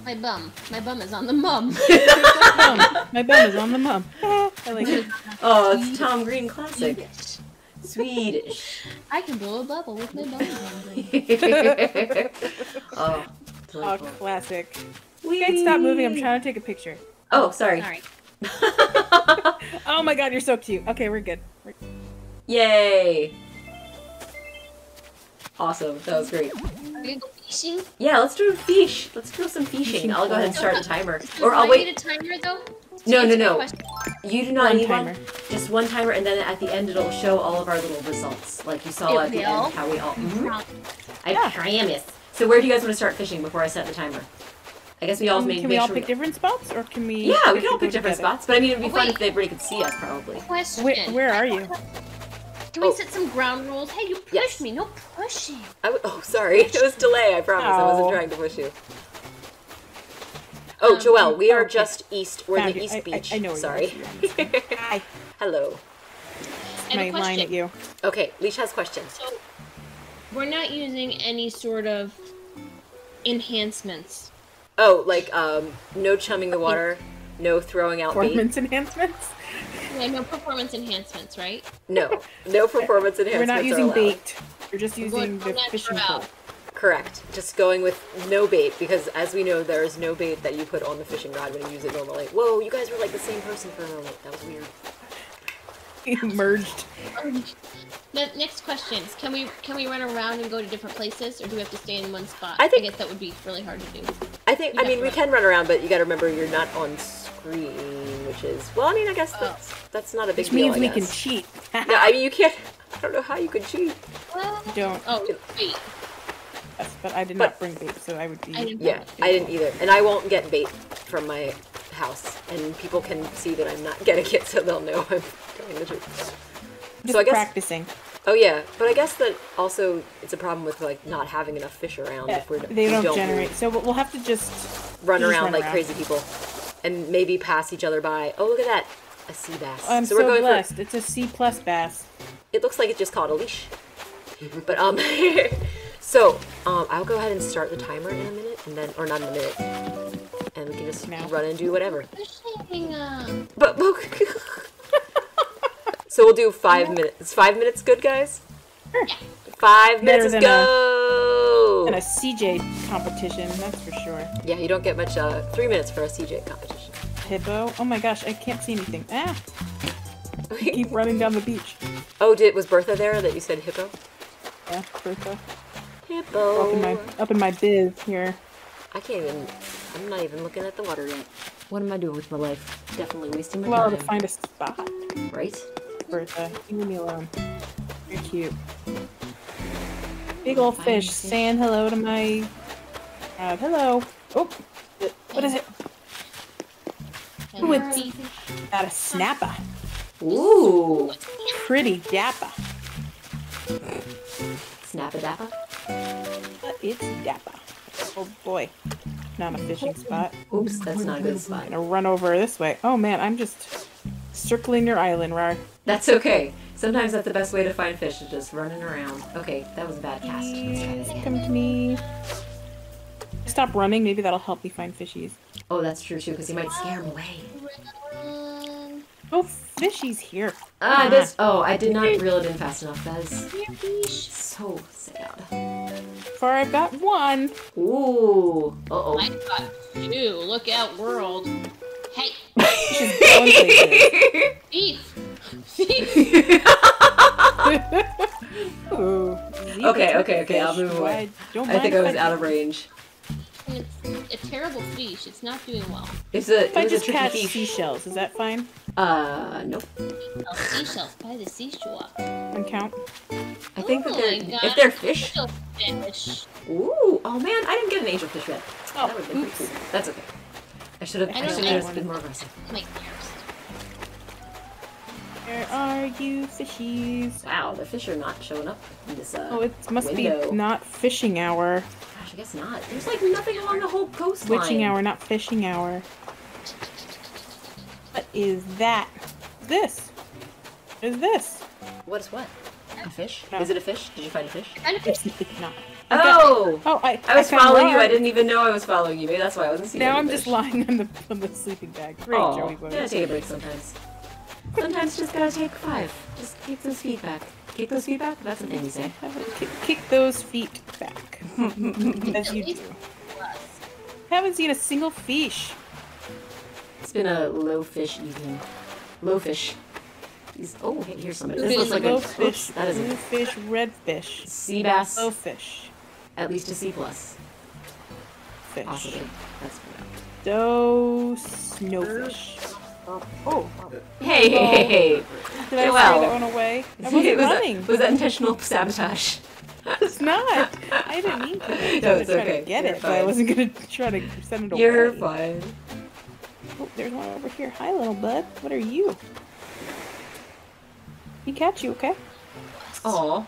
Speaker 3: my bum. My bum is on the mum.
Speaker 2: Mum. My bum is on the mum. Ah, I like it.
Speaker 1: Oh, it's Tom Green classic. Swedish.
Speaker 3: I can blow a bubble with my bum.
Speaker 1: oh,
Speaker 2: Oh,
Speaker 1: delightful.
Speaker 2: classic. You guys stop moving. I'm trying to take a picture.
Speaker 1: Oh, sorry.
Speaker 3: Sorry.
Speaker 2: Oh my god, you're so cute. Okay, we're good. We're-
Speaker 1: Yay! Awesome, that was great.
Speaker 3: Are you go fishing?
Speaker 1: Yeah, let's do a fish. Let's do some fishing.
Speaker 2: Fishing
Speaker 1: I'll go ahead and
Speaker 2: for-
Speaker 1: start a timer.
Speaker 3: Do
Speaker 1: Or
Speaker 3: I
Speaker 1: I'll
Speaker 3: Need
Speaker 1: wait.
Speaker 3: a timer though. To
Speaker 1: No, no,
Speaker 3: answer
Speaker 1: no.
Speaker 3: the question.
Speaker 1: You do not
Speaker 2: One
Speaker 1: need one.
Speaker 2: timer.
Speaker 1: Just one timer, and then at the end it'll show all of our little results, like you saw
Speaker 3: It
Speaker 1: at the
Speaker 3: will?
Speaker 1: end how we all. Mhm.
Speaker 3: Wow.
Speaker 1: I
Speaker 2: Yeah.
Speaker 1: promise. So where do you guys want to start fishing before I set the timer? I guess we all
Speaker 2: Um,
Speaker 1: make,
Speaker 2: can
Speaker 1: make
Speaker 2: we all
Speaker 1: sure
Speaker 2: pick different spots, or can we?
Speaker 1: Yeah, we can
Speaker 2: can
Speaker 1: all pick different spots, but I mean it'd be
Speaker 3: Oh,
Speaker 1: fun
Speaker 3: wait.
Speaker 1: if everybody could see us probably.
Speaker 3: Question.
Speaker 2: Where, where are you?
Speaker 3: Can we
Speaker 1: Oh.
Speaker 3: set some ground rules? Hey, you pushed
Speaker 1: Yes.
Speaker 3: me. No pushing.
Speaker 1: I w- oh, sorry. It was delay, I promise. I wasn't
Speaker 2: Ow.
Speaker 1: trying to push you. Oh,
Speaker 3: Um,
Speaker 1: Joelle, we are
Speaker 2: okay.
Speaker 1: just east. We're in
Speaker 2: Found
Speaker 1: the
Speaker 2: you.
Speaker 1: East
Speaker 2: I- I-
Speaker 1: Beach.
Speaker 2: I know where you
Speaker 1: sorry.
Speaker 2: Hi.
Speaker 1: Hello.
Speaker 3: I have
Speaker 2: My
Speaker 3: a
Speaker 2: line
Speaker 3: question.
Speaker 2: at you.
Speaker 1: Okay, Leash has questions.
Speaker 3: So, we're not using any sort of enhancements.
Speaker 1: Oh, like um, no chumming the water, no throwing out bait.
Speaker 2: Performance enhancements.
Speaker 3: Yeah, no performance enhancements, right?
Speaker 1: No, no performance
Speaker 2: We're
Speaker 1: enhancements.
Speaker 2: not
Speaker 1: are
Speaker 2: using
Speaker 1: allowed.
Speaker 2: bait. We're just
Speaker 3: going
Speaker 2: using the
Speaker 3: on that
Speaker 2: fishing
Speaker 3: trail.
Speaker 2: pole.
Speaker 1: Correct. Just going with no bait because, as we know, there is no bait that you put on the fishing rod when you use it normally. Whoa, you guys were like the same person for a moment. That was weird.
Speaker 2: Merged.
Speaker 3: Ne- next question: is, Can we can we run around and go to different places, or do we have to stay in one spot?
Speaker 1: I think-
Speaker 3: guess that would be really hard to do.
Speaker 1: I think.
Speaker 3: You
Speaker 1: I mean,
Speaker 3: got
Speaker 1: we
Speaker 3: it.
Speaker 1: can run around, but you got to remember you're not on s- green, which is well. I mean, I guess that's that's not a big
Speaker 2: Which
Speaker 1: deal.
Speaker 2: means
Speaker 1: I
Speaker 2: we can
Speaker 1: guess.
Speaker 2: cheat.
Speaker 1: No, I mean you can't. I don't know how you could cheat.
Speaker 2: Don't.
Speaker 3: Oh, wait.
Speaker 2: Yes, but I did
Speaker 1: But-
Speaker 2: not bring bait, so I would be.
Speaker 3: I didn't
Speaker 1: Yeah, I didn't either, and I won't get bait from my house, and people can see that I'm not getting it, so they'll know I'm telling the truth.
Speaker 2: Just
Speaker 1: so I guess-
Speaker 2: practicing.
Speaker 1: Oh yeah, but I guess that also it's a problem with like not having enough fish around if we're
Speaker 2: they
Speaker 1: we
Speaker 2: don't,
Speaker 1: don't
Speaker 2: generate, so we'll we'll have to just.
Speaker 1: run
Speaker 2: just
Speaker 1: around
Speaker 2: run
Speaker 1: like
Speaker 2: around.
Speaker 1: crazy people, and maybe pass each other by. Oh look at that, a sea bass.
Speaker 2: I'm
Speaker 1: so
Speaker 2: so,
Speaker 1: we're going for
Speaker 2: blessed. It's a C plus bass.
Speaker 1: it looks like it just caught a leash. But um, so um, I'll go ahead and start the timer in a minute, and then or not in a minute, and we can just
Speaker 2: No.
Speaker 1: run and do whatever.
Speaker 3: Fishing, uh,
Speaker 1: But but- so we'll do five minutes. Is five minutes good, guys?
Speaker 2: Sure.
Speaker 1: Five
Speaker 2: Better
Speaker 1: minutes.
Speaker 2: than uh,
Speaker 1: Let's go.
Speaker 2: a- And a CJ competition, that's for sure.
Speaker 1: yeah, you don't get much. Uh, three minutes for a CJ competition.
Speaker 2: Hippo. Oh my gosh, I can't see anything. Ah, keep running down the beach.
Speaker 1: oh, did was Bertha there that you said hippo?
Speaker 2: Yeah, Bertha. Up in my
Speaker 1: Hippo.
Speaker 2: up in my biz here.
Speaker 1: I can't even. I'm not even looking at the water yet. What am I doing with my life? Definitely wasting my
Speaker 2: Well, to
Speaker 1: time.
Speaker 2: find a spot,
Speaker 1: Right?
Speaker 2: Bertha. Leave me alone. You're cute. Big old
Speaker 1: Find
Speaker 2: fish
Speaker 1: it.
Speaker 2: saying hello to my. Uh, hello. Oh, what is it? Who would-
Speaker 3: Fishing.
Speaker 2: Got a snapper.
Speaker 1: Ooh.
Speaker 2: Pretty dapper.
Speaker 1: Snap a dappa.
Speaker 2: Uh, It's dapper. Oh boy. Not a fishing spot.
Speaker 1: Oops, that's not a good spot.
Speaker 2: I'm gonna run over this way. Oh man, I'm just circling your island, Rar.
Speaker 1: That's okay. Sometimes that's the best way to find fish is just running around. Okay, that was a bad cast. Let's try this
Speaker 2: Please
Speaker 1: again.
Speaker 2: Come to me. Stop running. Maybe that'll help me find fishies.
Speaker 1: Oh, that's true too, because you might scare him away.
Speaker 2: Oh, fishies here.
Speaker 1: Ah,
Speaker 2: Uh-huh.
Speaker 1: this. Oh, I did not reel it in fast enough. That is so sad.
Speaker 2: Far, I've got one.
Speaker 1: Ooh. Uh
Speaker 3: I
Speaker 1: oh.
Speaker 3: got two. Look out, world. Hey,
Speaker 2: Fish is going places.
Speaker 3: thief! Thief!
Speaker 2: Ooh, zebra
Speaker 1: Okay,
Speaker 2: took
Speaker 1: okay,
Speaker 2: a
Speaker 1: okay, I'll
Speaker 2: fish.
Speaker 1: move away.
Speaker 2: Why- Don't
Speaker 1: I think I
Speaker 2: mind
Speaker 1: was
Speaker 2: if
Speaker 1: out of range.
Speaker 3: It's a terrible fish. It's not doing well.
Speaker 1: It's a.
Speaker 2: If I
Speaker 1: It was a
Speaker 2: just catch
Speaker 1: tricky fish.
Speaker 2: seashells, is that fine?
Speaker 1: Uh, nope.
Speaker 3: Oh, seashells by the seashore.
Speaker 2: And count.
Speaker 1: I think that
Speaker 3: Oh
Speaker 1: they're,
Speaker 3: my
Speaker 1: if
Speaker 3: God.
Speaker 1: they're fish.
Speaker 3: Angel fish.
Speaker 1: Ooh. Oh man, I didn't get an angel fish yet. That
Speaker 2: Oh,
Speaker 1: would have been pretty
Speaker 2: oops.
Speaker 1: cool. That's okay. I should have.
Speaker 2: I
Speaker 1: I
Speaker 3: don't
Speaker 1: should
Speaker 3: know.
Speaker 1: have been more aggressive.
Speaker 3: Like there's
Speaker 2: Where are you, fishies?
Speaker 1: Wow, the fish are not showing up in this. Uh,
Speaker 2: Oh, it must
Speaker 1: window.
Speaker 2: be not fishing hour,
Speaker 1: Gosh, I guess not. There's like nothing along the whole coastline.
Speaker 2: witching hour, not fishing hour. What is that? This? What is this?
Speaker 1: What is what? A fish?
Speaker 2: No.
Speaker 1: Is it a fish? Did you find a fish?
Speaker 3: kind of
Speaker 2: It's, it's not.
Speaker 1: Oh!
Speaker 2: Oh, I.
Speaker 1: I was
Speaker 2: found
Speaker 1: following you.
Speaker 2: Rar.
Speaker 1: I didn't even know I was following you. Maybe that's why I wasn't seeing
Speaker 2: Now
Speaker 1: any
Speaker 2: I'm
Speaker 1: fish.
Speaker 2: just lying on the on the sleeping bag. Great,
Speaker 1: Aw,
Speaker 2: Joey
Speaker 1: gotta
Speaker 2: Bones.
Speaker 1: take a break sometimes. Sometimes just gotta take five. Just keep those feet back. Keep those feet back? That's an indie say.
Speaker 2: Kick, kick those feet back, as you do.
Speaker 3: plus.
Speaker 2: Haven't seen a single fish.
Speaker 1: It's been a low fish evening. Low fish. These- oh, hey, here's somebody. This
Speaker 3: Fish.
Speaker 1: looks like
Speaker 2: Blue
Speaker 1: a
Speaker 2: fish,
Speaker 1: Oops, that is
Speaker 2: blue
Speaker 1: a
Speaker 2: fish, red fish,
Speaker 1: sea bass.
Speaker 2: yellow fish,
Speaker 1: At least a C plus.
Speaker 2: fish,
Speaker 1: Possibly. That's correct.
Speaker 2: doe, snowfish. Oh,
Speaker 1: Hey, hey, hey, hey.
Speaker 2: did I
Speaker 1: Well.
Speaker 2: throw that one away? I
Speaker 1: It was,
Speaker 2: wasn't running.
Speaker 1: was that intentional sabotage?
Speaker 2: It's not. I didn't mean to. I
Speaker 1: No,
Speaker 2: was
Speaker 1: it's
Speaker 2: trying
Speaker 1: okay.
Speaker 2: to get
Speaker 1: You're
Speaker 2: it, but I
Speaker 1: fine.
Speaker 2: wasn't gonna try to send it away.
Speaker 1: You're fine.
Speaker 2: Oh, there's one over here. Hi, little bud. What are you? He catch you, okay?
Speaker 1: Oh,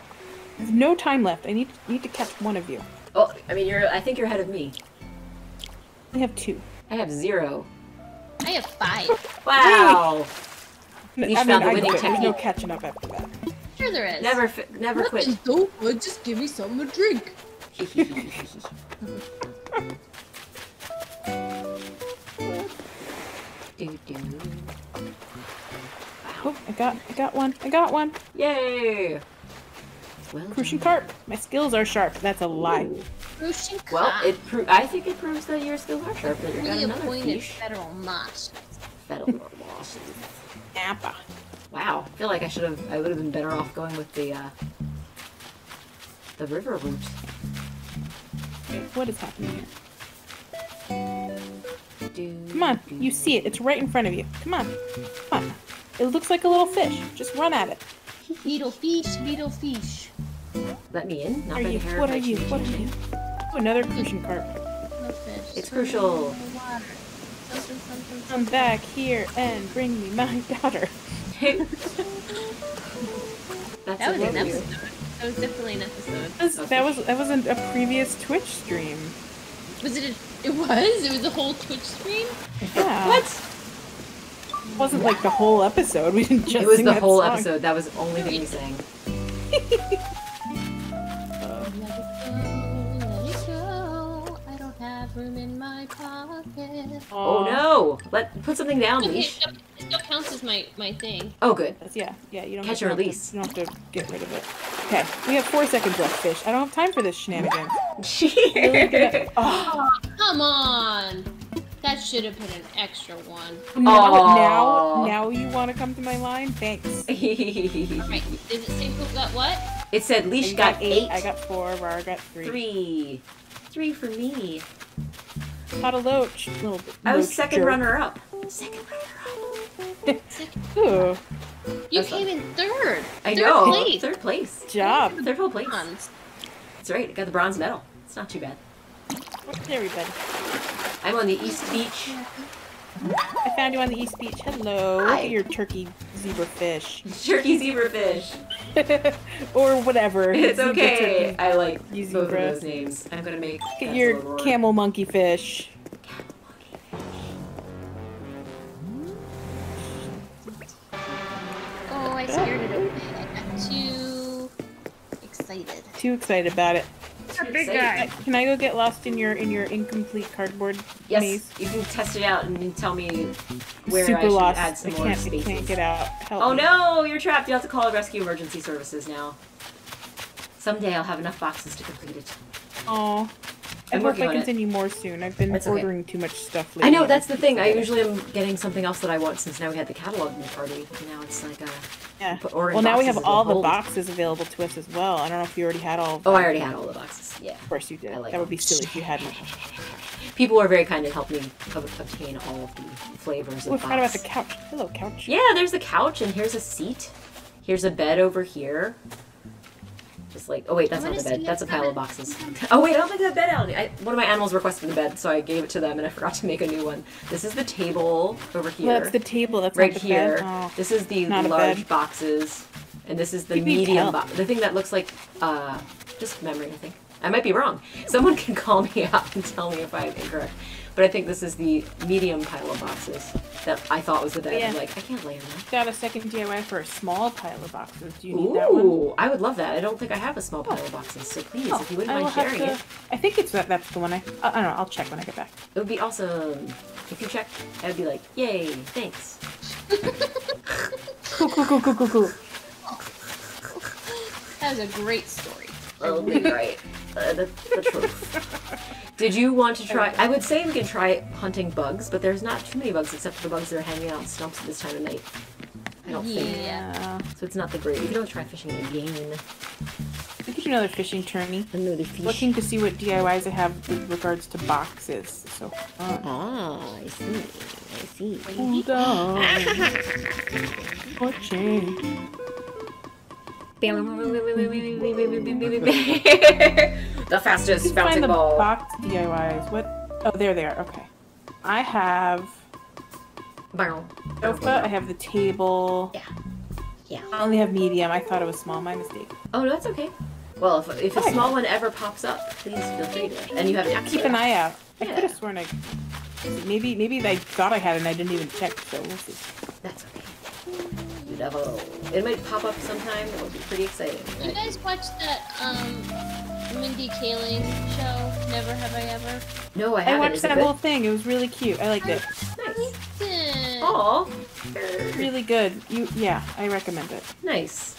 Speaker 2: There's no time left. I need need to catch one of you.
Speaker 1: oh. I mean, you're. I think you're ahead of me.
Speaker 2: I have two.
Speaker 1: I have zero.
Speaker 3: I have five.
Speaker 1: Wow.
Speaker 2: N-
Speaker 1: You
Speaker 2: I mean,
Speaker 1: found the
Speaker 2: I
Speaker 1: winning
Speaker 2: quit. There's no
Speaker 1: technique.
Speaker 2: catching up after that.
Speaker 3: Sure there is.
Speaker 1: Never, fi- never quit.
Speaker 3: so good. Just give me some to drink.
Speaker 1: Do, do.
Speaker 2: Oh, I got, I got one. I got one.
Speaker 1: Yay. Well,
Speaker 2: Crucian
Speaker 1: done.
Speaker 2: carp. My skills are sharp. That's a lie.
Speaker 1: Ooh.
Speaker 3: Crucian
Speaker 1: Well,
Speaker 3: cock.
Speaker 1: it. Pro- I think it proves that your skills are sharp. That you got
Speaker 3: Newly
Speaker 1: another
Speaker 3: appointed
Speaker 1: fish.
Speaker 3: federal notch.
Speaker 1: Federal losses.
Speaker 2: Napa.
Speaker 1: Wow. I feel like I should have. I would have been better off going with the. uh The river route.
Speaker 2: What is happening here? Come on, you see it. It's right in front of you. Come on. Come on. It looks like a little fish. Just run at it.
Speaker 3: Beetle fish, beetle fish.
Speaker 1: Let me in. Not
Speaker 2: Are
Speaker 1: by
Speaker 2: you,
Speaker 1: the hair. of
Speaker 2: what
Speaker 1: my
Speaker 2: are you?
Speaker 1: chinny
Speaker 2: What are
Speaker 1: chin
Speaker 2: you?
Speaker 1: chin.
Speaker 2: Oh, another crucian carp.
Speaker 3: No fish.
Speaker 1: It's crucial.
Speaker 3: Water. Something, something,
Speaker 2: Come back here and bring me my daughter.
Speaker 1: That's
Speaker 3: That was
Speaker 1: a
Speaker 3: an
Speaker 1: W.
Speaker 3: episode. That was definitely an episode.
Speaker 2: That was that was, that was an- a previous Twitch stream.
Speaker 3: Was it? A, it was. It was a whole Twitch stream.
Speaker 2: Yeah.
Speaker 3: What?
Speaker 2: It wasn't like the whole episode. We didn't just
Speaker 1: It was
Speaker 2: sing
Speaker 1: the
Speaker 2: that
Speaker 1: whole
Speaker 2: song.
Speaker 1: episode. That was the only thing we sang.
Speaker 3: Let it go, let it go. I don't have room in my pocket.
Speaker 1: Oh no! Let put something down,
Speaker 3: Okay, it
Speaker 1: leash.
Speaker 3: still, it still counts as my my thing.
Speaker 1: Oh, good.
Speaker 2: That's- Yeah, yeah, you don't
Speaker 1: Catch
Speaker 2: have
Speaker 1: and
Speaker 2: to,
Speaker 1: release.
Speaker 2: You don't have to get rid of it. Okay, we have four seconds left, fish. I don't have time for this shenanigans.
Speaker 1: Cheers.
Speaker 2: Oh,
Speaker 3: Come on. That should have been an extra one.
Speaker 2: now,
Speaker 1: Aw.
Speaker 2: now, now you want to come to my line? Thanks.
Speaker 3: Right. Did it say who got what?
Speaker 1: it said leash
Speaker 2: You
Speaker 1: got, eight,
Speaker 2: I got four. Rara got three.
Speaker 1: three, three for me.
Speaker 2: Caught a loach. Little
Speaker 1: I was
Speaker 2: loach
Speaker 1: second
Speaker 2: jerk.
Speaker 1: runner up. Second runner up.
Speaker 2: Ooh,
Speaker 3: You
Speaker 1: That's
Speaker 3: came in third.
Speaker 1: I
Speaker 3: third
Speaker 1: know.
Speaker 3: Place. Oh,
Speaker 1: Third place.
Speaker 2: job.
Speaker 1: Third whole place.
Speaker 3: Come on.
Speaker 1: That's right. I got the bronze medal. It's not too bad.
Speaker 2: Where's everybody?
Speaker 1: I'm on the East Beach.
Speaker 2: I found you on the East Beach. Hello. Look
Speaker 1: Hi.
Speaker 2: at your turkey zebra fish.
Speaker 1: Turkey zebrafish.
Speaker 2: or whatever.
Speaker 1: It's
Speaker 2: Zebra
Speaker 1: okay.
Speaker 2: turkey.
Speaker 1: I like
Speaker 2: You
Speaker 1: both of
Speaker 2: zebra.
Speaker 1: those names. I'm gonna make.
Speaker 2: Look at
Speaker 1: Castle
Speaker 2: your
Speaker 1: Aurora.
Speaker 2: camel monkey fish.
Speaker 3: Oh, I scared it away. I got too excited.
Speaker 2: Too excited about it.
Speaker 1: Big
Speaker 2: Can I- Can I go get lost in your in your incomplete cardboard
Speaker 1: Yes,
Speaker 2: maze?
Speaker 1: you can test it out and then tell me where
Speaker 2: Super
Speaker 1: I should
Speaker 2: lost.
Speaker 1: add some
Speaker 2: I
Speaker 1: more
Speaker 2: can't.
Speaker 1: spaces.
Speaker 2: I can't get out. Help
Speaker 1: Oh
Speaker 2: me.
Speaker 1: no, you're trapped. You have to call rescue emergency services now. Someday I'll have enough boxes to complete it.
Speaker 2: Oh. I
Speaker 1: I'm
Speaker 2: hope
Speaker 1: working
Speaker 2: I
Speaker 1: on
Speaker 2: can
Speaker 1: it.
Speaker 2: send you more soon. I've been
Speaker 1: That's okay.
Speaker 2: ordering too much stuff lately.
Speaker 1: I know that's the thing. I
Speaker 2: Okay.
Speaker 1: usually am getting something else that I want since now we had the catalog in the party. Now it's like, uh,
Speaker 2: Yeah.
Speaker 1: But ordering
Speaker 2: Well, now we
Speaker 1: boxes
Speaker 2: have
Speaker 1: is a
Speaker 2: all the
Speaker 1: whole-
Speaker 2: boxes available to us as well. I don't know if you already had all. Of
Speaker 1: oh,
Speaker 2: them.
Speaker 1: I already had all the boxes. Yeah.
Speaker 2: Of course you did.
Speaker 1: Oh, I like
Speaker 2: that would
Speaker 1: them.
Speaker 2: be silly if you hadn't.
Speaker 1: People were very kind and helped me ob- obtain all of the flavors.
Speaker 2: Oh, I
Speaker 1: of
Speaker 2: forgot about
Speaker 1: box.
Speaker 2: the couch. Hello, couch.
Speaker 1: Yeah, there's the couch and here's a seat. Here's a bed over here. Just like, oh wait, that's
Speaker 3: I
Speaker 1: not
Speaker 3: wanna
Speaker 1: the bed.
Speaker 3: see
Speaker 1: That's a
Speaker 3: that
Speaker 1: pile of
Speaker 3: bed.
Speaker 1: boxes. Oh wait, I don't think that bed out. I, one of my animals requested a bed, so I gave it to them and I forgot to make a new one. This is the table over here.
Speaker 2: Well, Oh, that's the table. That's
Speaker 1: right
Speaker 2: not the
Speaker 1: here.
Speaker 2: Bed. Oh.
Speaker 1: This is the
Speaker 2: Not a
Speaker 1: large
Speaker 2: bed.
Speaker 1: boxes. And this is the
Speaker 2: You can
Speaker 1: medium
Speaker 2: tell.
Speaker 1: box. The thing that looks like, uh, just memory, I think. I might be wrong. Someone can call me out and tell me if I'm incorrect. But I think this is the medium pile of boxes that I thought was the bed. I'm
Speaker 2: Yeah.
Speaker 1: like, I can't lay on that.
Speaker 2: Got a second DIY for a small pile of boxes. Do you need that one?
Speaker 1: Ooh, I would love that. I don't think I have a small pile of boxes, so please,
Speaker 2: Oh,
Speaker 1: if you wouldn't
Speaker 2: I will
Speaker 1: mind
Speaker 2: have
Speaker 1: sharing
Speaker 2: to-
Speaker 1: it,
Speaker 2: I think it's that. That's the one. I. I, I don't know. I'll check when I get back.
Speaker 1: it would be awesome. If you check, I would be like, yay, thanks.
Speaker 2: Cool, cool, cool, cool, cool, cool.
Speaker 3: That was a great story.
Speaker 1: That'll be right. Uh, the, the truth. Did you want to try? I would say we can try hunting bugs, but there's not too many bugs except for the bugs that are hanging out in stumps at this time of night. I don't think.
Speaker 3: Yeah.
Speaker 2: Uh,
Speaker 1: So it's not the great. We can always try fishing again.
Speaker 2: We could do another fishing tourney.
Speaker 1: Another fish.
Speaker 2: Looking to see what DIYs I have with regards to boxes. So. fun.
Speaker 1: Ah, I see. I see.
Speaker 2: Hold on. Watching.
Speaker 1: the fastest
Speaker 2: Find
Speaker 1: fountain
Speaker 2: the
Speaker 1: ball.
Speaker 2: box DIYs. What? Oh, there they are. Okay. I have
Speaker 1: Bow.
Speaker 2: sofa. I have the table.
Speaker 1: Yeah. Yeah.
Speaker 2: I only have medium. I thought it was small. My mistake.
Speaker 1: Oh, no, that's okay. Well, if, if a
Speaker 2: Fine.
Speaker 1: small one ever pops up, please feel free to. And you have an
Speaker 2: Keep an eye out. I
Speaker 1: Yeah.
Speaker 2: could have sworn I. Maybe maybe I thought I had it and I didn't even check. So we'll see.
Speaker 1: That's okay. Beautiful. It might pop up sometime. It would be pretty exciting.
Speaker 3: You
Speaker 1: right?
Speaker 3: guys watched that um, Mindy Kaling show? Never have I ever.
Speaker 1: No, I
Speaker 2: I
Speaker 1: haven't.
Speaker 2: watched
Speaker 1: Is it
Speaker 2: that
Speaker 1: good?
Speaker 2: whole thing. It was really cute. I liked it.
Speaker 1: Nice.
Speaker 3: Oh.
Speaker 1: Aw.
Speaker 2: Really good. You yeah. I recommend it.
Speaker 1: Nice.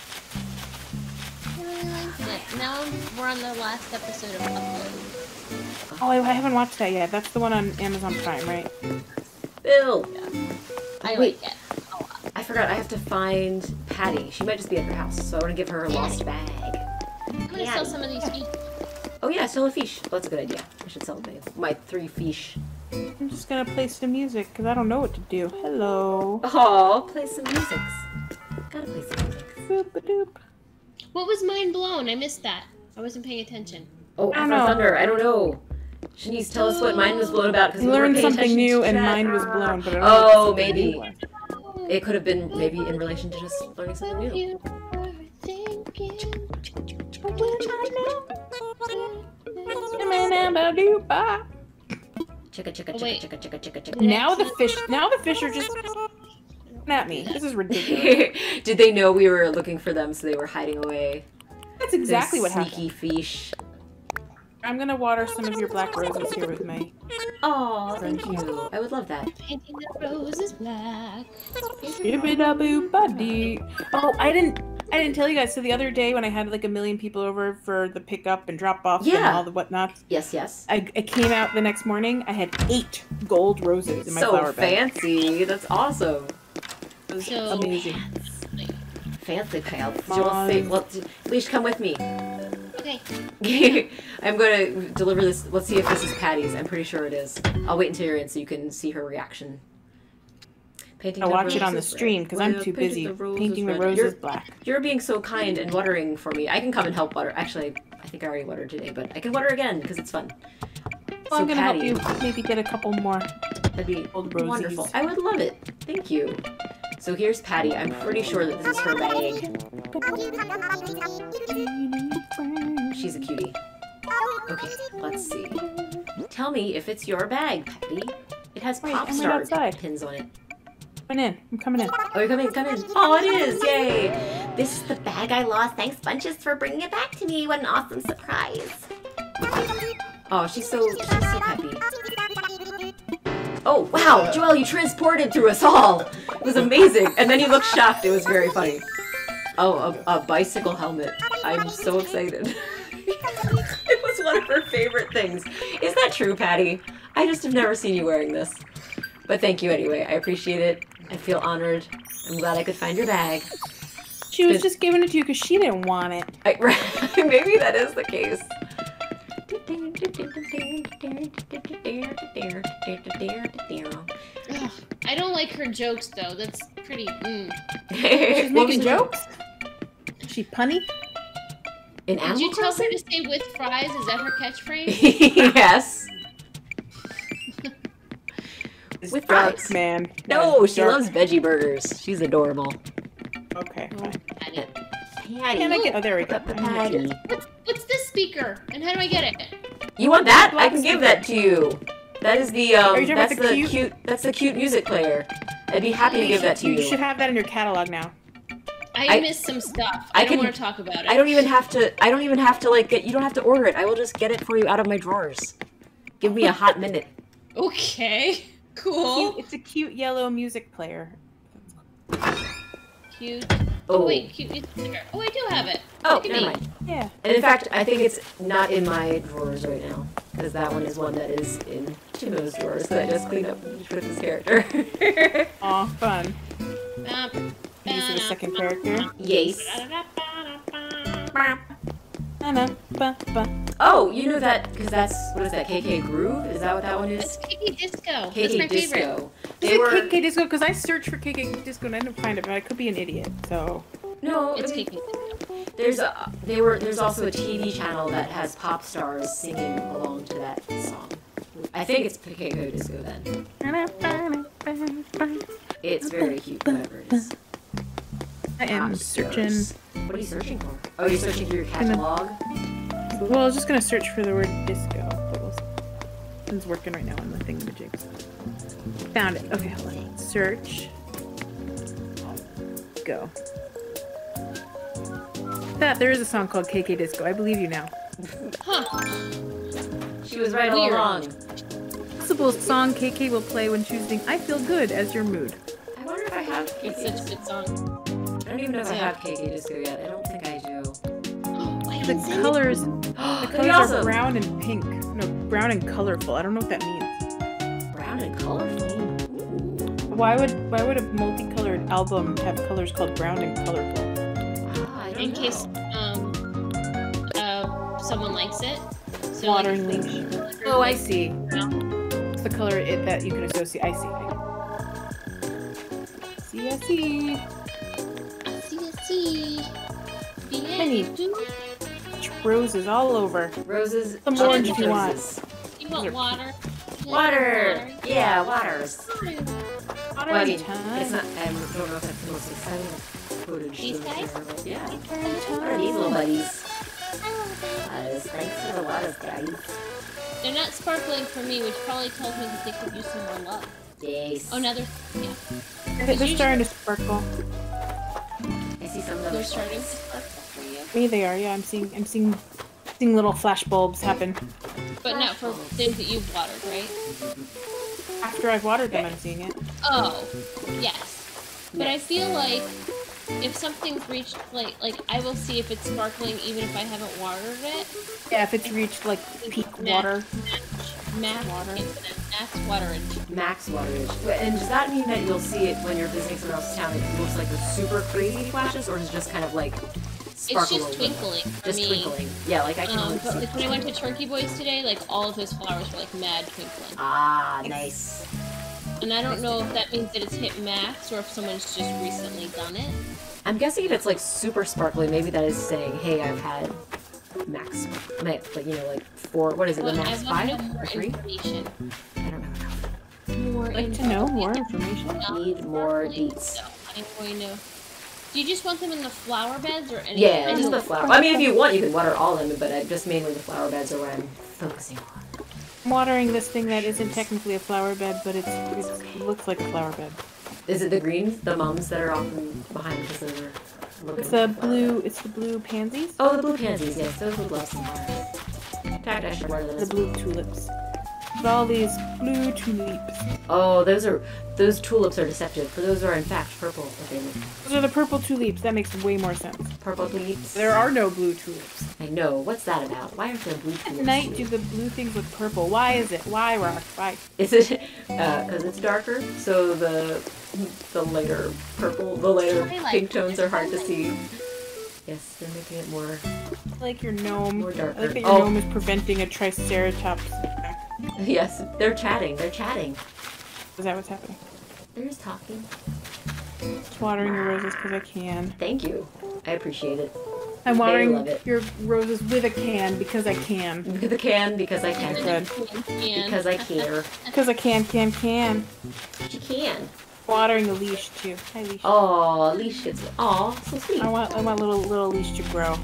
Speaker 3: Really liked it. Now we're on the last episode of Upload.
Speaker 2: Oh, I, I haven't watched that yet. That's the one on Amazon Prime, right?
Speaker 1: Bill. Wait.
Speaker 3: I like it.
Speaker 1: I forgot. I have to find Patty. She might just be at her house, so I want to give her her lost bag.
Speaker 3: I'm gonna
Speaker 1: Yeah.
Speaker 3: sell some of these feet.
Speaker 1: Oh yeah, sell a fish. Well, that's a good idea. I should sell my, my three fish.
Speaker 2: I'm just gonna play some music because I don't know what to do. Hello.
Speaker 1: Oh, play some music. Gotta play some music.
Speaker 2: Boop-a-doop.
Speaker 3: What was mind blown? I missed that. I wasn't paying attention.
Speaker 1: Oh,
Speaker 2: I
Speaker 1: I
Speaker 2: don't
Speaker 1: do
Speaker 2: know.
Speaker 1: Thunder. I don't know. Shanice, tell us what mine was blown about because
Speaker 2: You learned something new and mine was blown, but I don't know
Speaker 1: Oh,
Speaker 2: what the new
Speaker 1: maybe.
Speaker 2: was.
Speaker 1: It could have been maybe in relation to just learning something
Speaker 3: What
Speaker 1: new.
Speaker 3: you were thinking, I will not know.
Speaker 2: Na-na-na-ba-doo-ba.
Speaker 1: Chicka chicka
Speaker 3: Oh,
Speaker 1: chicka
Speaker 3: wait.
Speaker 1: chicka chicka chicka chicka.
Speaker 2: Now the fish. Now the fish are just at me. This is ridiculous.
Speaker 1: Did they know we were looking for them, so they were hiding away?
Speaker 2: That's exactly
Speaker 1: Those
Speaker 2: what
Speaker 1: sneaky
Speaker 2: happened.
Speaker 1: fish.
Speaker 2: I'm gonna water some of your black roses here with my.
Speaker 1: Oh, thank you. I would love that.
Speaker 3: Painting the roses black.
Speaker 2: Doo-ba-da-boo-ba-dee. Oh, I didn't. I didn't tell you guys. So the other day when I had like a million people over for the pickup and drop off and
Speaker 1: Yeah.
Speaker 2: all the whatnots,
Speaker 1: Yes, yes.
Speaker 2: I, I came out the next morning. I had eight gold roses in my
Speaker 1: So
Speaker 2: flower bed.
Speaker 1: fancy. That's awesome.
Speaker 2: It was
Speaker 3: So-
Speaker 2: amazing.
Speaker 1: Fancy pants.
Speaker 2: Come
Speaker 1: You will say,
Speaker 2: on.
Speaker 1: well, Leash, come with me.
Speaker 3: Okay.
Speaker 1: I'm going to deliver this. Let's see if this is Patty's. I'm pretty sure it is. I'll wait until you're in so you can see her reaction. Painting
Speaker 2: I
Speaker 1: the
Speaker 2: watch it on the
Speaker 1: roses
Speaker 2: stream
Speaker 1: red.
Speaker 2: because I'm
Speaker 1: Well,
Speaker 2: too busy
Speaker 1: roses
Speaker 2: painting the
Speaker 1: red.
Speaker 2: roses
Speaker 1: You're,
Speaker 2: black.
Speaker 1: you're being so kind and watering for me. I can come and help water. Actually, I think I already watered today, but I can water again because it's fun.
Speaker 2: Well, I'm
Speaker 1: so
Speaker 2: gonna
Speaker 1: Patty,
Speaker 2: help you maybe get a couple more.
Speaker 1: That'd be
Speaker 2: Old Rosies.
Speaker 1: wonderful. I would love it. Thank you. So here's Patty. I'm pretty sure that this is her bag. She's a cutie. Okay, let's see. Tell me if it's your bag, Patty. It has
Speaker 2: Wait,
Speaker 1: pop
Speaker 2: I'm right
Speaker 1: star
Speaker 2: outside.
Speaker 1: pins on it.
Speaker 2: Coming in. I'm coming in.
Speaker 1: Oh, you're coming, come in. Oh, it is! Yay! This is the bag I lost. Thanks, Bunches, for bringing it back to me. What an awesome surprise! Oh, she's so she's so happy. Oh, wow, Joel, you transported through us all. It was amazing. And then he looked shocked. It was very funny. Oh, a, a bicycle helmet. I'm so excited. it was one of her favorite things. Is that true, Patty? I just have never seen you wearing this. But thank you anyway. I appreciate it. I feel honored. I'm glad I could find your bag.
Speaker 2: She was
Speaker 1: Good.
Speaker 2: just giving it to you because she didn't want it.
Speaker 1: I, maybe that is the case.
Speaker 3: Ugh, I don't like her jokes though. That's pretty. Mm.
Speaker 2: She's
Speaker 1: What
Speaker 2: making
Speaker 1: was-
Speaker 2: jokes. Is She punny.
Speaker 1: In
Speaker 3: Did
Speaker 1: Animal
Speaker 3: you tell her
Speaker 1: Crossing?
Speaker 3: to say with fries? Is that her catchphrase?
Speaker 1: yes.
Speaker 2: It's
Speaker 1: With
Speaker 2: dark,
Speaker 1: fries.
Speaker 2: man.
Speaker 1: No, she
Speaker 2: Dark.
Speaker 1: loves veggie burgers. She's adorable.
Speaker 2: Okay.
Speaker 3: Oh,
Speaker 2: Fine.
Speaker 3: Patty.
Speaker 2: Can I
Speaker 1: Patty.
Speaker 2: get? Oh, there we go.
Speaker 1: Up the
Speaker 2: I'm gonna get-
Speaker 1: patty.
Speaker 3: What's, what's this speaker? And how do I get it?
Speaker 1: You want that? I can
Speaker 2: Black
Speaker 1: give that to you. That is the um.
Speaker 2: Are you talking about
Speaker 1: that's
Speaker 2: the
Speaker 1: the cute?
Speaker 2: cute-
Speaker 1: That's the cute music player. I'd be happy to give that to
Speaker 2: You should
Speaker 1: you.
Speaker 2: have that in your catalog now.
Speaker 3: I,
Speaker 1: I-
Speaker 3: missed some stuff.
Speaker 1: I
Speaker 3: I, don't
Speaker 1: can-
Speaker 3: want to talk about it.
Speaker 1: I don't even have to. I don't even have to like get. You don't have to order it. I will just get it for you out of my drawers. Give me a hot minute.
Speaker 3: Oh, Okay.
Speaker 2: Cute-
Speaker 3: Cool.
Speaker 2: It's a cute yellow music player.
Speaker 3: Cute.
Speaker 1: Oh.
Speaker 3: Oh, wait. Cute. music speaker. Oh, I do have it.
Speaker 1: Oh,
Speaker 3: Look at
Speaker 1: never
Speaker 3: me.
Speaker 1: mind.
Speaker 2: Yeah.
Speaker 1: And in fact, I think it's not in my drawers right now because that one is one that is in Timo's drawers that I just cleaned up and put his character.
Speaker 2: Aw, fun.
Speaker 3: Um,
Speaker 2: These are the second character.
Speaker 1: yes.
Speaker 2: Na-na-ba-ba.
Speaker 1: Oh, you know that because that's what is that? KK Groove? Is that what that one is?
Speaker 3: That's KK Disco. That's my
Speaker 1: KK
Speaker 3: favorite.
Speaker 1: Disco.
Speaker 2: Is
Speaker 1: They
Speaker 2: it
Speaker 1: were
Speaker 2: KK Disco? Because I searched for KK Disco and I didn't find it, but I could be an idiot. So
Speaker 1: no. I
Speaker 3: It's
Speaker 1: mean,
Speaker 3: KK Disco.
Speaker 1: There's a they were there's also a TV channel that has pop stars singing along to that song. I think it's KK Disco then. It's very cute. Whatever it is.
Speaker 2: I am
Speaker 1: Pop
Speaker 2: searching.
Speaker 1: stars. What are you searching for? Oh, you're searching for your catalog.
Speaker 2: Well, I was just gonna search for the word disco. But we'll see. It's working right now on the thingamajigs. Found it. Okay, hold on. Search. Go. That there is a song called KK Disco. I believe you now.
Speaker 3: Huh.
Speaker 1: She was right all
Speaker 3: Weird.
Speaker 1: along.
Speaker 2: Possible song KK will play when choosing "I Feel Good" as your mood.
Speaker 1: I wonder if I have
Speaker 3: It's
Speaker 1: KK.
Speaker 3: such a good song.
Speaker 1: I don't even know if I have KK Disco yet. I don't think I do.
Speaker 3: I
Speaker 2: The
Speaker 3: didn't send it.
Speaker 2: colors,
Speaker 1: The
Speaker 2: colors are brown and pink. No, brown and colorful. I don't know what that means.
Speaker 1: brown and colorful. Ooh.
Speaker 2: Why would why would a multicolored album have colors called brown and colorful?
Speaker 1: Ah, I don't
Speaker 3: in
Speaker 1: know.
Speaker 3: case um uh someone likes it. So
Speaker 2: Watering
Speaker 3: like,
Speaker 2: leash.
Speaker 3: if-
Speaker 2: Oh, I see. the color it, that you can associate? I see. I see. I see.
Speaker 3: See, see.
Speaker 2: I need- Roses all over.
Speaker 1: Roses.
Speaker 2: Some
Speaker 1: giant
Speaker 2: orange if you want.
Speaker 1: roses.
Speaker 3: You want water?
Speaker 1: Water. Yeah, waters.
Speaker 2: Water
Speaker 1: Well, I mean,
Speaker 2: time.
Speaker 1: it's not. I don't know if that's the most exciting footage.
Speaker 3: These
Speaker 1: of
Speaker 3: guys? Oh.
Speaker 1: there, but Yeah. What are
Speaker 2: Water
Speaker 1: these little buddies?
Speaker 3: Water.
Speaker 1: Guys, thanks for the waters, guys.
Speaker 3: They're not sparkling for me, which probably tells me that they could use some more love.
Speaker 1: Yes.
Speaker 3: Oh, now they're yeah.
Speaker 2: They're starting to sparkle.
Speaker 1: I see some of them.
Speaker 3: They're starting to sparkle for you,
Speaker 2: Me, they are. Yeah, I'm seeing. I'm seeing. Seeing little flash bulbs happen
Speaker 3: but not for things that you've watered, right?
Speaker 2: after I've watered them. I'm seeing it.
Speaker 3: Oh, yes. But I feel like if something's reached, like like I will see if it's sparkling even if I haven't watered it.
Speaker 2: Yeah, if it's reached like peak water.
Speaker 3: Max
Speaker 2: Water.
Speaker 3: infinite, max waterage.
Speaker 1: Max waterage. Wait, And does that mean that you'll see it when you're visiting someone else's town? It looks like the super crazy flashes, or is it just kind of like
Speaker 3: It's
Speaker 1: sparkle? a
Speaker 3: just
Speaker 1: little bit?
Speaker 3: twinkling for
Speaker 1: Just
Speaker 3: me.
Speaker 1: twinkling. Yeah, like I can
Speaker 3: Um,
Speaker 1: only
Speaker 3: but
Speaker 1: see.
Speaker 3: like when I went to Turkey Boys today, like all of those flowers were like mad twinkling.
Speaker 1: Ah, nice.
Speaker 3: And I don't know if that means that it's hit max or if someone's just recently done it.
Speaker 1: I'm guessing if it's like super sparkly, maybe that is saying, "Hey, I've had max, max, like you know, like four. What is it?
Speaker 3: Well,
Speaker 1: the
Speaker 3: I
Speaker 1: max
Speaker 3: want
Speaker 1: five
Speaker 3: to know more
Speaker 1: or three?
Speaker 3: information.
Speaker 1: I don't know.
Speaker 3: More
Speaker 2: I'd like to
Speaker 3: info.
Speaker 2: know more information.
Speaker 1: Need more
Speaker 3: Probably,
Speaker 1: deets.
Speaker 3: So I'm going to. Do you just want them in the flower beds or any?
Speaker 1: Yeah,
Speaker 3: I
Speaker 1: just the
Speaker 3: know-
Speaker 1: flower. I mean, if you want, you can water all of them, but uh, just mainly the flower beds are what I'm focusing on.
Speaker 2: I'm watering this thing that isn't technically a flower bed, but it's, it's it looks like a flower bed.
Speaker 1: Is it the greens, the mums that are off in- behind because they're looking?
Speaker 2: It's
Speaker 1: at
Speaker 2: the
Speaker 1: flower
Speaker 2: blue.
Speaker 1: beds?
Speaker 2: It's the blue pansies.
Speaker 1: Oh, the blue pansies. Yes, those would love some water. In fact, Oh, I should water those.
Speaker 2: The blue tulips. With all these blue tulips.
Speaker 1: Oh, those are those tulips are deceptive. For those are in fact purple. Okay,
Speaker 2: Those are the purple tulips. That makes way more sense.
Speaker 1: purple tulips.
Speaker 2: There are no blue tulips.
Speaker 1: I know. What's that about? Why are there blue
Speaker 2: At
Speaker 1: tulips?
Speaker 2: night, do the blue things look purple? Why is it? Why, Rock? Why?
Speaker 1: Is it because it's darker? So the the lighter purple, the lighter
Speaker 3: Twilight.
Speaker 1: pink tones are hard to see. Yes, they're making it more
Speaker 2: I like your gnome.
Speaker 1: more
Speaker 2: I like
Speaker 1: darker.
Speaker 2: that your
Speaker 1: Oh,
Speaker 2: gnome is preventing a triceratops. attack.
Speaker 1: yes, they're chatting. They're chatting.
Speaker 2: Is that what's happening?
Speaker 1: They're just talking.
Speaker 2: Just watering your roses because I can.
Speaker 1: Thank you. I appreciate it.
Speaker 2: I'm
Speaker 1: They
Speaker 2: watering
Speaker 1: love it.
Speaker 2: your roses with a can because I can.
Speaker 1: The can because I
Speaker 3: And
Speaker 1: can.
Speaker 2: Good.
Speaker 3: then-
Speaker 1: Because I care.
Speaker 2: Because I can, can, can.
Speaker 1: But you can.
Speaker 2: Watering the leash too. Hi, leash.
Speaker 1: Oh, leash gets. Oh, so sweet.
Speaker 2: I want, I want little, little leash to grow.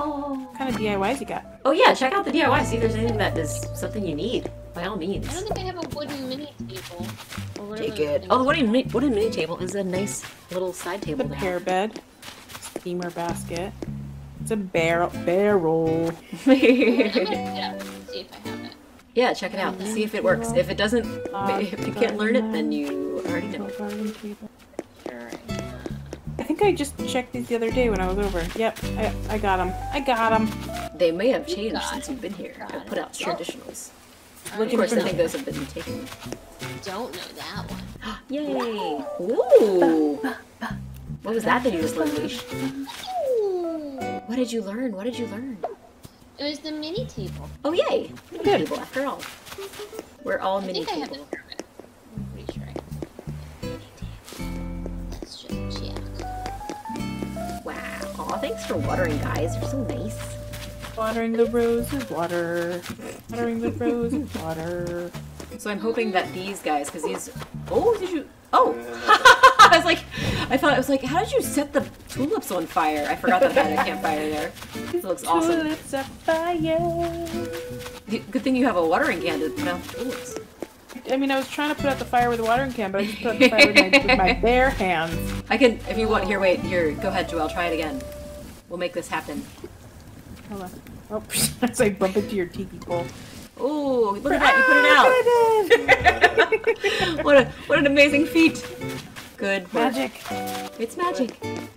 Speaker 1: Oh.
Speaker 2: What kind of DIYs you got?
Speaker 1: Oh yeah, check out the DIY. See if there's anything that is something you need. By all means.
Speaker 3: I don't think I have a wooden mini table. Or whatever
Speaker 1: Take
Speaker 3: that
Speaker 1: it.
Speaker 3: thing
Speaker 1: Oh, the
Speaker 3: is.
Speaker 1: wooden mini, wooden mini table is a nice little side
Speaker 2: It's
Speaker 1: table
Speaker 2: a
Speaker 1: now.
Speaker 2: pear bed, steamer basket. It's a barrel, barrel.
Speaker 3: I'm gonna pick it up and see if I have it.
Speaker 1: yeah, check it out. See if it works. If it doesn't,
Speaker 2: Uh,
Speaker 1: if you can't learn it, then you already know.
Speaker 2: little garden table.
Speaker 3: Sure.
Speaker 2: I think I just checked these the other day when I was over. Yep, I, I got them. I got them.
Speaker 1: They may have changed since you've been here. I've put out traditionals. Of course, I think those have been taken.
Speaker 3: I don't know that one.
Speaker 1: Yay! Ooh! What was that that you just learned, Leash? What did you learn? What did you learn?
Speaker 3: It was the mini table.
Speaker 1: Oh, yay! Mini
Speaker 2: Good.
Speaker 1: table, after all. We're all
Speaker 3: I
Speaker 1: mini
Speaker 3: think I have the
Speaker 1: table.
Speaker 3: pair of it. I'm pretty sure. I have the mini table. Let's just check.
Speaker 1: Wow. Aw, thanks for watering, guys. You're so nice.
Speaker 2: Watering the roses, water. Watering the roses, water.
Speaker 1: So I'm hoping that these guys, because these. Oh, did you? Oh, I was like, I thought I was like, how did you set the tulips on fire? I forgot that I had a campfire there. It looks awesome.
Speaker 2: Tulips are fire.
Speaker 1: Y- Good thing you have a watering can to put out the tulips.
Speaker 2: I mean, I was trying to put out the fire with a watering can, but I just put out the fire with my, with my bare hands.
Speaker 1: I can, if you want. Here, wait. Here, go ahead, Joelle. Try it again. We'll make this happen.
Speaker 2: Hold on. Oh, as I bump into your tiki bowl.
Speaker 1: Oh, look at that!
Speaker 2: You put it out.
Speaker 1: You put it out. what a what an amazing feat. Good work.
Speaker 2: Magic.
Speaker 1: It's magic.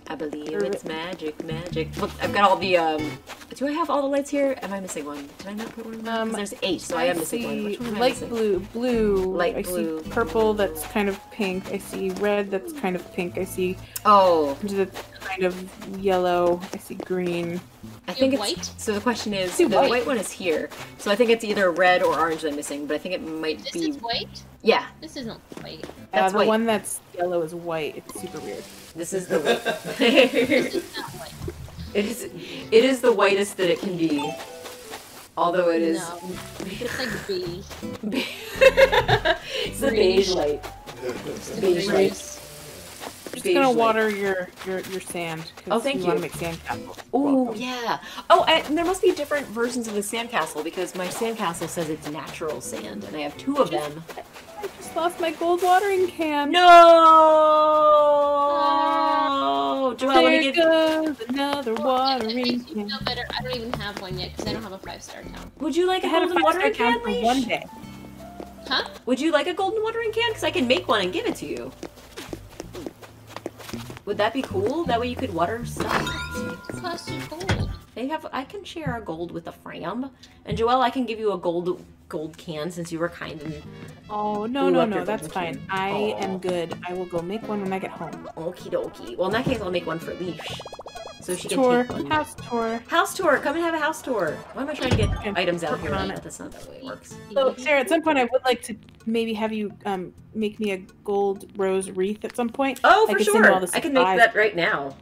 Speaker 1: I believe it's magic, magic. Look, I've got all the um. Do I have all the lights here? Am I missing one? Did I not put one? 'Cause
Speaker 2: Um,
Speaker 1: there's eight, so I am missing one.
Speaker 2: see
Speaker 1: Which one am I
Speaker 2: light
Speaker 1: missing?
Speaker 2: blue, blue.
Speaker 1: Light
Speaker 2: I
Speaker 1: blue,
Speaker 2: see purple
Speaker 1: blue.
Speaker 2: that's kind of pink. I see red that's kind of pink. I see
Speaker 1: Oh,
Speaker 2: the kind of yellow. I see green. Uh,
Speaker 1: I think
Speaker 3: You're
Speaker 1: it's
Speaker 3: white?
Speaker 1: so. The question is,
Speaker 2: See,
Speaker 1: the
Speaker 2: white.
Speaker 1: white. one is here, so I think it's either red or orange that I'm missing. But I think it might
Speaker 3: This
Speaker 1: be
Speaker 3: is white.
Speaker 1: yeah.
Speaker 3: This isn't white.
Speaker 2: Uh,
Speaker 1: That's
Speaker 2: the
Speaker 1: white.
Speaker 2: one that's yellow is white. It's super weird.
Speaker 1: This is the white. it
Speaker 3: It's not white.
Speaker 1: is it is the whitest that it can be, although it is
Speaker 3: No. It's like beige.
Speaker 1: it's the beige light. Beige
Speaker 3: It's
Speaker 1: light.
Speaker 3: beige.
Speaker 2: I'm just
Speaker 1: Beige
Speaker 2: gonna
Speaker 1: light.
Speaker 2: water your your your sand. 'cause
Speaker 1: Oh, thank
Speaker 2: you. Want
Speaker 1: you.
Speaker 2: to make sand castles.
Speaker 1: Oh yeah. Oh, and there must be different versions of the sandcastle because my sandcastle says it's natural sand, and I have two of them.
Speaker 2: I just lost my gold watering can.
Speaker 1: No, Oh, Joelle, let
Speaker 2: there
Speaker 1: me get.
Speaker 2: goes another
Speaker 3: Well, It
Speaker 2: watering
Speaker 3: makes me
Speaker 2: can.
Speaker 3: feel better. I don't even have one yet because I don't have a five star town.
Speaker 1: Would you like
Speaker 2: I
Speaker 1: a
Speaker 2: had a
Speaker 1: golden
Speaker 2: five-star
Speaker 1: watering
Speaker 2: can
Speaker 1: can?
Speaker 2: for
Speaker 1: Leash?
Speaker 2: one day.
Speaker 3: Huh?
Speaker 1: Would you like a golden watering can? Because I can make one and give it to you. Would that be cool? That way you could water stuff.
Speaker 3: It's cost you gold.
Speaker 1: They have. I can share a gold with a Fram, and Joelle, I can give you a gold gold can since you were kind and
Speaker 2: Oh no
Speaker 1: Ooh,
Speaker 2: no
Speaker 1: up
Speaker 2: no,
Speaker 1: your
Speaker 2: that's
Speaker 1: golden
Speaker 2: fine.
Speaker 1: can.
Speaker 2: I
Speaker 1: Aw.
Speaker 2: am good. I will go make one when I get home.
Speaker 1: okie dokie. Well, in that case, I'll make one for Leash, so she can
Speaker 2: Tour,
Speaker 1: take one.
Speaker 2: house tour.
Speaker 1: House tour, come and have a house tour. Why am I trying to get
Speaker 2: Okay,
Speaker 1: items out
Speaker 2: working
Speaker 1: here?
Speaker 2: on
Speaker 1: Like
Speaker 2: it.
Speaker 1: that? That's not the way it works.
Speaker 2: So Sarah, at some point, I would like to maybe have you um make me a gold rose wreath at some point.
Speaker 1: Oh,
Speaker 2: I
Speaker 1: for
Speaker 2: can send you all
Speaker 1: sure.
Speaker 2: the
Speaker 1: I can make
Speaker 2: supplies.
Speaker 1: that right now.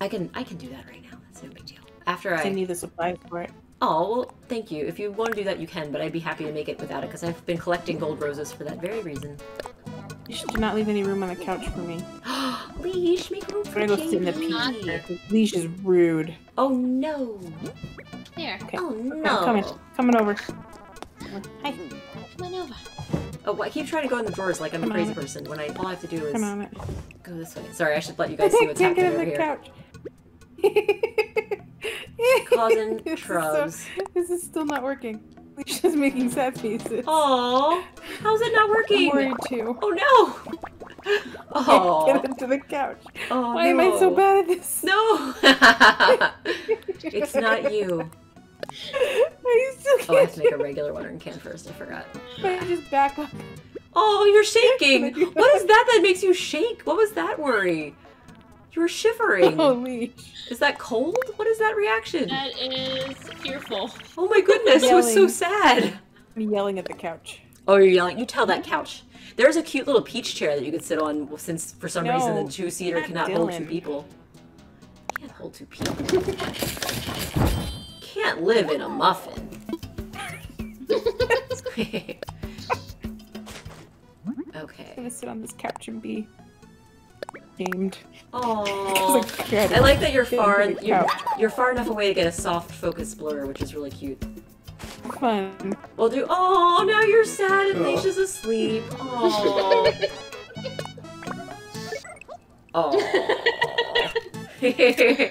Speaker 1: I can. I can do that right now. That's no big deal. After I.
Speaker 2: Send you the supplies for it.
Speaker 1: Oh, well, thank you. If you want to do that, you can, but I'd be happy to make it without it because I've been collecting gold roses for that very reason.
Speaker 2: You should not leave any room on the couch for me.
Speaker 1: Leash, make room
Speaker 2: I'm
Speaker 1: for
Speaker 2: gonna go sit in the
Speaker 1: Jamie.
Speaker 2: pee. Leash is rude.
Speaker 1: Oh no.
Speaker 3: There.
Speaker 2: Okay.
Speaker 1: Oh
Speaker 2: Okay, I'm coming,
Speaker 1: no.
Speaker 2: coming over.
Speaker 3: Hi. Come on over.
Speaker 1: Oh, I keep trying to go in the drawers like I'm a
Speaker 2: Come
Speaker 1: crazy
Speaker 2: on.
Speaker 1: person when I all I have to do is
Speaker 2: Come on.
Speaker 1: go this way. Sorry, I should let you
Speaker 2: I
Speaker 1: guys see what's
Speaker 2: can't
Speaker 1: happening
Speaker 2: get on
Speaker 1: over
Speaker 2: the
Speaker 1: here.
Speaker 2: couch.
Speaker 1: Causing
Speaker 2: This is so-
Speaker 1: troubles.
Speaker 2: This is still not working. Leash is making sad faces.
Speaker 1: Oh, how's it not
Speaker 2: I'm
Speaker 1: working?
Speaker 2: worried too.
Speaker 1: Oh no.
Speaker 2: I can't
Speaker 1: Oh.
Speaker 2: get into the couch.
Speaker 1: oh
Speaker 2: Why am I so
Speaker 1: no.
Speaker 2: bad at this?
Speaker 1: No. it's not you.
Speaker 2: I
Speaker 1: Oh, I
Speaker 2: still can't.
Speaker 1: have to make a regular watering can first. I forgot.
Speaker 2: I just back up.
Speaker 1: Oh, you're
Speaker 2: Did
Speaker 1: shaking.
Speaker 2: you-
Speaker 1: What is that that makes you shake? What was that worry? You were shivering.
Speaker 2: Oh, leash.
Speaker 1: Is that cold? What is that reaction?
Speaker 3: That is fearful.
Speaker 1: Oh my goodness, it was so
Speaker 2: Yelling.
Speaker 1: sad.
Speaker 2: I'm yelling at the couch.
Speaker 1: Oh, you're yelling. You tell
Speaker 2: Mm-hmm.
Speaker 1: that couch. There's a cute little peach chair that you could sit on since for some reason
Speaker 2: No,
Speaker 1: the two seater
Speaker 2: not
Speaker 1: cannot hold two
Speaker 2: Dylan.
Speaker 1: people. Can't hold two people. Can't live in a muffin. okay.
Speaker 2: I'm gonna sit on this couch and be shamed.
Speaker 1: Oh.
Speaker 2: It's like, yeah,
Speaker 1: I like that you're far
Speaker 2: Get into the
Speaker 1: you're,
Speaker 2: couch.
Speaker 1: you're far enough away to get a soft focus blur, which is really cute.
Speaker 2: fun.
Speaker 1: Well, do oh now you're sad and Leisha's asleep. Oh. oh.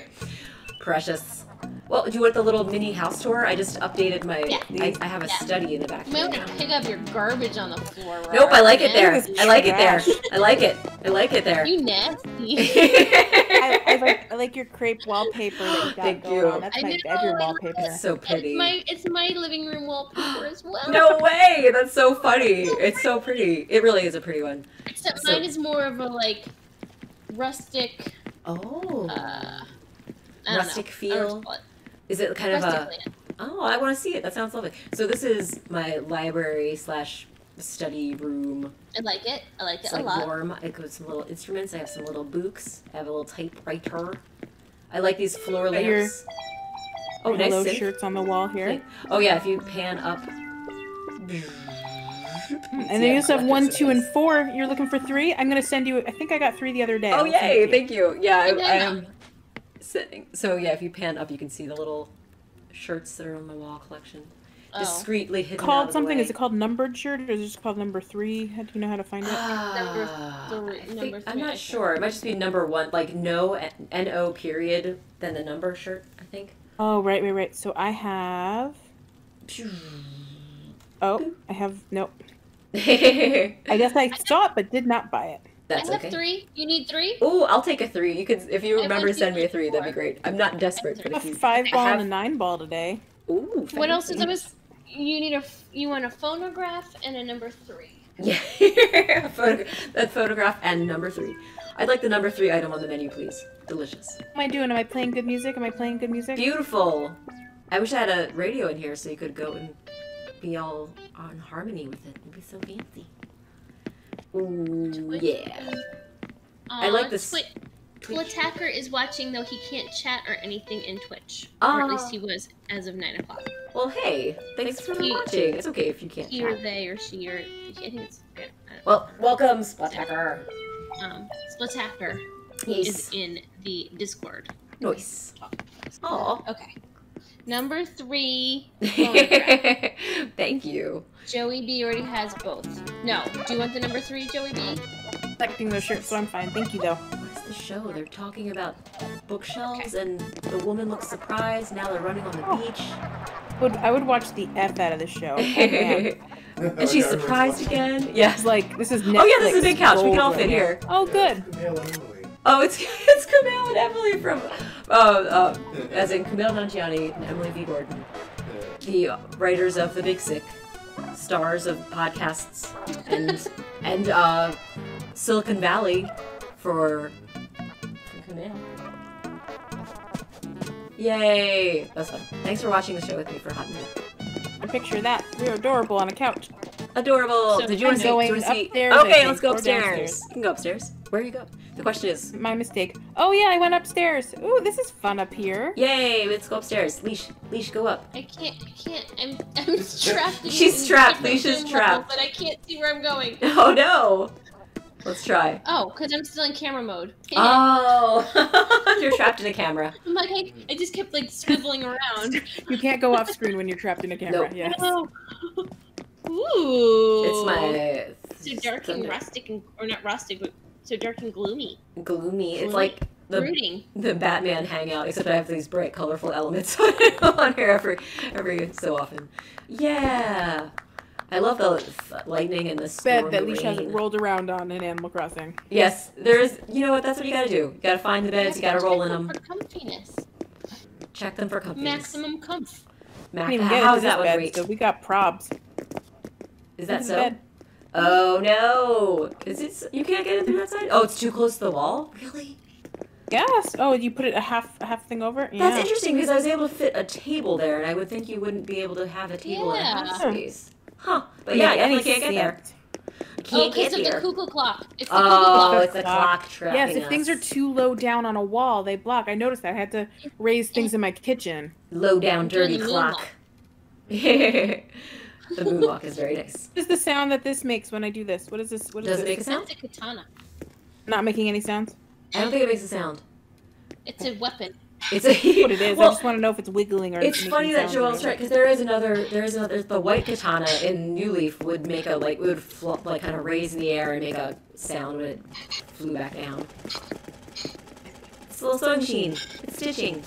Speaker 1: Precious. Well, do you want the little mini house tour? I just updated my.
Speaker 3: Yeah.
Speaker 1: I, I have a
Speaker 3: Yeah.
Speaker 1: study in the back.
Speaker 3: You might
Speaker 1: here
Speaker 3: want
Speaker 1: now.
Speaker 3: to pick up your garbage on the floor.
Speaker 1: Nope, I like it there.
Speaker 2: This is
Speaker 1: I like it there.
Speaker 2: trash.
Speaker 1: I like it. I like it there.
Speaker 3: You nasty.
Speaker 2: I, I like I like your crepe wallpaper that you got
Speaker 1: Thank
Speaker 2: going
Speaker 1: you.
Speaker 2: on. That's
Speaker 3: I
Speaker 2: my
Speaker 3: know,
Speaker 2: bedroom
Speaker 3: I love
Speaker 2: wallpaper.
Speaker 1: That's so pretty.
Speaker 3: It's my it's my living room wallpaper as well.
Speaker 1: No way! That's so funny. It's so pretty. It really is a pretty one.
Speaker 3: Except
Speaker 1: so-
Speaker 3: mine is more of a like rustic
Speaker 1: Oh.
Speaker 3: uh I don't
Speaker 1: Rustic
Speaker 3: know. I don't know
Speaker 1: feel.
Speaker 3: what to
Speaker 1: Is it kind
Speaker 3: call it.
Speaker 1: of a
Speaker 3: Rustic land.
Speaker 1: Oh, I want to see it. That sounds lovely. So this is my library slash study room.
Speaker 3: I like it. I like
Speaker 1: It's
Speaker 3: it a
Speaker 1: like
Speaker 3: lot.
Speaker 1: warm. I got some little instruments. I have some little books. I have a little typewriter. I like these floor
Speaker 2: Got your-
Speaker 1: lamps. Oh, nice.
Speaker 2: Hello
Speaker 1: synth.
Speaker 2: shirts on the wall here.
Speaker 1: Oh yeah, if you pan up.
Speaker 2: Mm, And then you also have one, two, and four. You're looking for three. I'm gonna send you. I think I got three the other day.
Speaker 1: Oh
Speaker 2: I'll send it
Speaker 1: yay!
Speaker 2: to
Speaker 1: Thank you. Yeah, I,
Speaker 3: Okay.
Speaker 1: I am sitting. So yeah, if you pan up, you can see the little shirts that are on my wall collection,
Speaker 3: Oh.
Speaker 1: discreetly hidden. out of
Speaker 2: called
Speaker 1: the
Speaker 2: something.
Speaker 1: way.
Speaker 2: Is it called numbered shirt or is it just called number three? How do you know how to find it?
Speaker 3: Number
Speaker 1: Ah,
Speaker 3: three-
Speaker 1: I think-
Speaker 3: number
Speaker 1: I'm
Speaker 3: three, I
Speaker 1: not
Speaker 3: think.
Speaker 1: sure. It might just be number one, like no N O period, then the number shirt. I think.
Speaker 2: Oh right, right, right. So I have. Oh, I have. Nope. I guess I saw it but did not buy it.
Speaker 1: That's
Speaker 3: I have
Speaker 1: okay.
Speaker 3: three. You need three?
Speaker 1: Oh, I'll take a three. You could, if you
Speaker 3: I
Speaker 1: remember,
Speaker 3: want
Speaker 1: to
Speaker 3: to
Speaker 1: send me a
Speaker 3: take
Speaker 1: three. That'd be
Speaker 3: four.
Speaker 1: great. I'm not desperate, but
Speaker 2: A
Speaker 1: if you.
Speaker 2: five
Speaker 1: I
Speaker 2: ball
Speaker 1: have-
Speaker 2: and a nine ball today.
Speaker 1: Ooh.
Speaker 3: What else is I
Speaker 1: fancy.
Speaker 3: was You need a f- you want a phonograph and a number three.
Speaker 1: Yeah, Photo- that photograph and number three. I'd like the number three item on the menu, please. Delicious.
Speaker 2: What am I doing? Am I playing good music? Am I playing good music?
Speaker 1: Beautiful. I wish I had a radio in here so you could go and be all on harmony with it. It'd be so fancy. Ooh, yeah. I like this- Twitch.
Speaker 3: Twittacker is watching though he can't chat or anything in Twitch. Or at
Speaker 1: Ah.
Speaker 3: least he was as of nine o'clock.
Speaker 1: Well, hey, thanks for
Speaker 3: He-
Speaker 1: watching. It's okay if you can't
Speaker 3: He or
Speaker 1: chat.
Speaker 3: they or she or I think it's yeah, I don't
Speaker 1: Well, welcome, Splatacker.
Speaker 3: know. um Splitacker is
Speaker 1: Yes.
Speaker 3: in the Discord.
Speaker 1: Nice. Aw.
Speaker 3: Okay. Number three Oh,
Speaker 1: Thank you.
Speaker 3: Joey B already has both. No. Do you want the number three, Joey B?
Speaker 2: collecting those shirts, so I'm fine. Thank you, though.
Speaker 1: What's the show? They're talking about bookshelves, and the woman looks surprised. Now they're running on the beach.
Speaker 2: Would I would watch the f out of this show. Oh, Man.
Speaker 1: and she's surprised again.
Speaker 2: It's
Speaker 1: Yes.
Speaker 2: like this is. Netflix
Speaker 1: Oh yeah, this is a big couch. We can all
Speaker 2: gold
Speaker 1: fit
Speaker 2: right
Speaker 1: here.
Speaker 2: now. Oh good.
Speaker 1: Oh, it's it's Camille and Emily from, uh, uh, as in Camille Nangiani and Emily V Gordon, the writers of The Big Sick, stars of podcasts, and and uh, Silicon Valley, for for Camille. Yay! That's fun. Thanks for watching the show with me for a hot minute.
Speaker 2: Picture that. You're adorable on a couch.
Speaker 1: Adorable.
Speaker 3: So
Speaker 1: Did you want to
Speaker 2: I'm
Speaker 1: see? Do you
Speaker 2: going
Speaker 1: want to see?
Speaker 2: upstairs, I
Speaker 1: okay,
Speaker 2: think,
Speaker 1: let's go
Speaker 2: or
Speaker 1: upstairs.
Speaker 2: downstairs.
Speaker 1: You can go upstairs. Where you go? The question is,
Speaker 2: My mistake. Oh yeah, I went upstairs. Ooh, this is fun up here.
Speaker 1: yay! Let's go upstairs. Leash, leash, go up.
Speaker 3: I can't I can't I'm I'm trapped. in
Speaker 1: She's
Speaker 3: these
Speaker 1: trapped,
Speaker 3: different
Speaker 1: Leisha's
Speaker 3: zoom levels,
Speaker 1: trapped.
Speaker 3: But I can't see where I'm going.
Speaker 1: Oh no! Let's try.
Speaker 3: Oh, because I'm still in camera mode.
Speaker 1: Uh, Oh, you're trapped in a camera.
Speaker 3: I'm like, I, I just kept like swiveling around.
Speaker 2: You can't go off screen when you're trapped in a camera.
Speaker 1: Nope.
Speaker 2: Yes.
Speaker 3: Oh. Ooh.
Speaker 1: It's my
Speaker 3: So dark and rustic, and, or not rustic, but so dark and gloomy.
Speaker 1: gloomy. It's
Speaker 3: Gloomy.
Speaker 1: like the
Speaker 3: Brooding.
Speaker 1: the Batman hangout, except I have these bright, colorful elements on here every every so often. Yeah, I love the lightning and the stormy
Speaker 2: Bed that Leash has
Speaker 1: rain.
Speaker 2: rolled around on in Animal Crossing.
Speaker 1: Yes, there's. You know what? That's what you gotta do. You gotta find the beds. You gotta roll in them.
Speaker 3: For comfiness.
Speaker 1: Check them for companies.
Speaker 3: Maximum comf.
Speaker 1: Mac-
Speaker 2: Didn't even get
Speaker 1: How's
Speaker 2: into this
Speaker 1: that one
Speaker 2: bed,
Speaker 1: rate?
Speaker 2: so we got probs.
Speaker 1: Is that
Speaker 2: This
Speaker 1: so?
Speaker 2: bed.
Speaker 1: Oh no! Is it? s- You can't get it through that side. Oh, it's too close to the wall. Really?
Speaker 2: Yes. Oh, you put it a half a half thing over. Yeah.
Speaker 1: That's interesting because I was able to fit a table there, and I would think you wouldn't be able to have a table in
Speaker 3: Yeah.
Speaker 1: half space. Huh? But yeah, I
Speaker 2: Make
Speaker 1: definitely can't get there.
Speaker 2: sense.
Speaker 1: I
Speaker 3: Oh,
Speaker 1: Can't
Speaker 3: because
Speaker 1: get
Speaker 3: of the
Speaker 1: there.
Speaker 3: cuckoo clock. It's the
Speaker 1: Oh,
Speaker 2: the
Speaker 1: it's the
Speaker 2: clock.
Speaker 1: clock trapping
Speaker 2: Yes, if things are
Speaker 1: us.
Speaker 2: too low down on a wall, they block. I noticed that. I had to raise things in my kitchen.
Speaker 1: low down,
Speaker 3: Doing
Speaker 1: dirty
Speaker 3: the
Speaker 1: clock. the moonwalk is very nice.
Speaker 2: What is the sound that this makes when I do this? What is this? What is
Speaker 1: Does it
Speaker 2: this?
Speaker 1: make a
Speaker 3: cuckoo
Speaker 1: sound?
Speaker 3: clock. That's a katana.
Speaker 2: Not making any sounds.
Speaker 1: I don't think it makes a sound.
Speaker 3: It's a weapon.
Speaker 1: It's a,
Speaker 2: What it is?
Speaker 1: Well,
Speaker 2: I just want to know if it's wiggling or.
Speaker 1: It's
Speaker 2: making
Speaker 1: funny that
Speaker 2: sounds
Speaker 1: Joel's
Speaker 2: or-
Speaker 1: right because there is another. There is another. The white katana in New Leaf would make a like would fl- like kind of raise in the air and make a sound when it flew back down. It's a little sewing machine. It's stitching.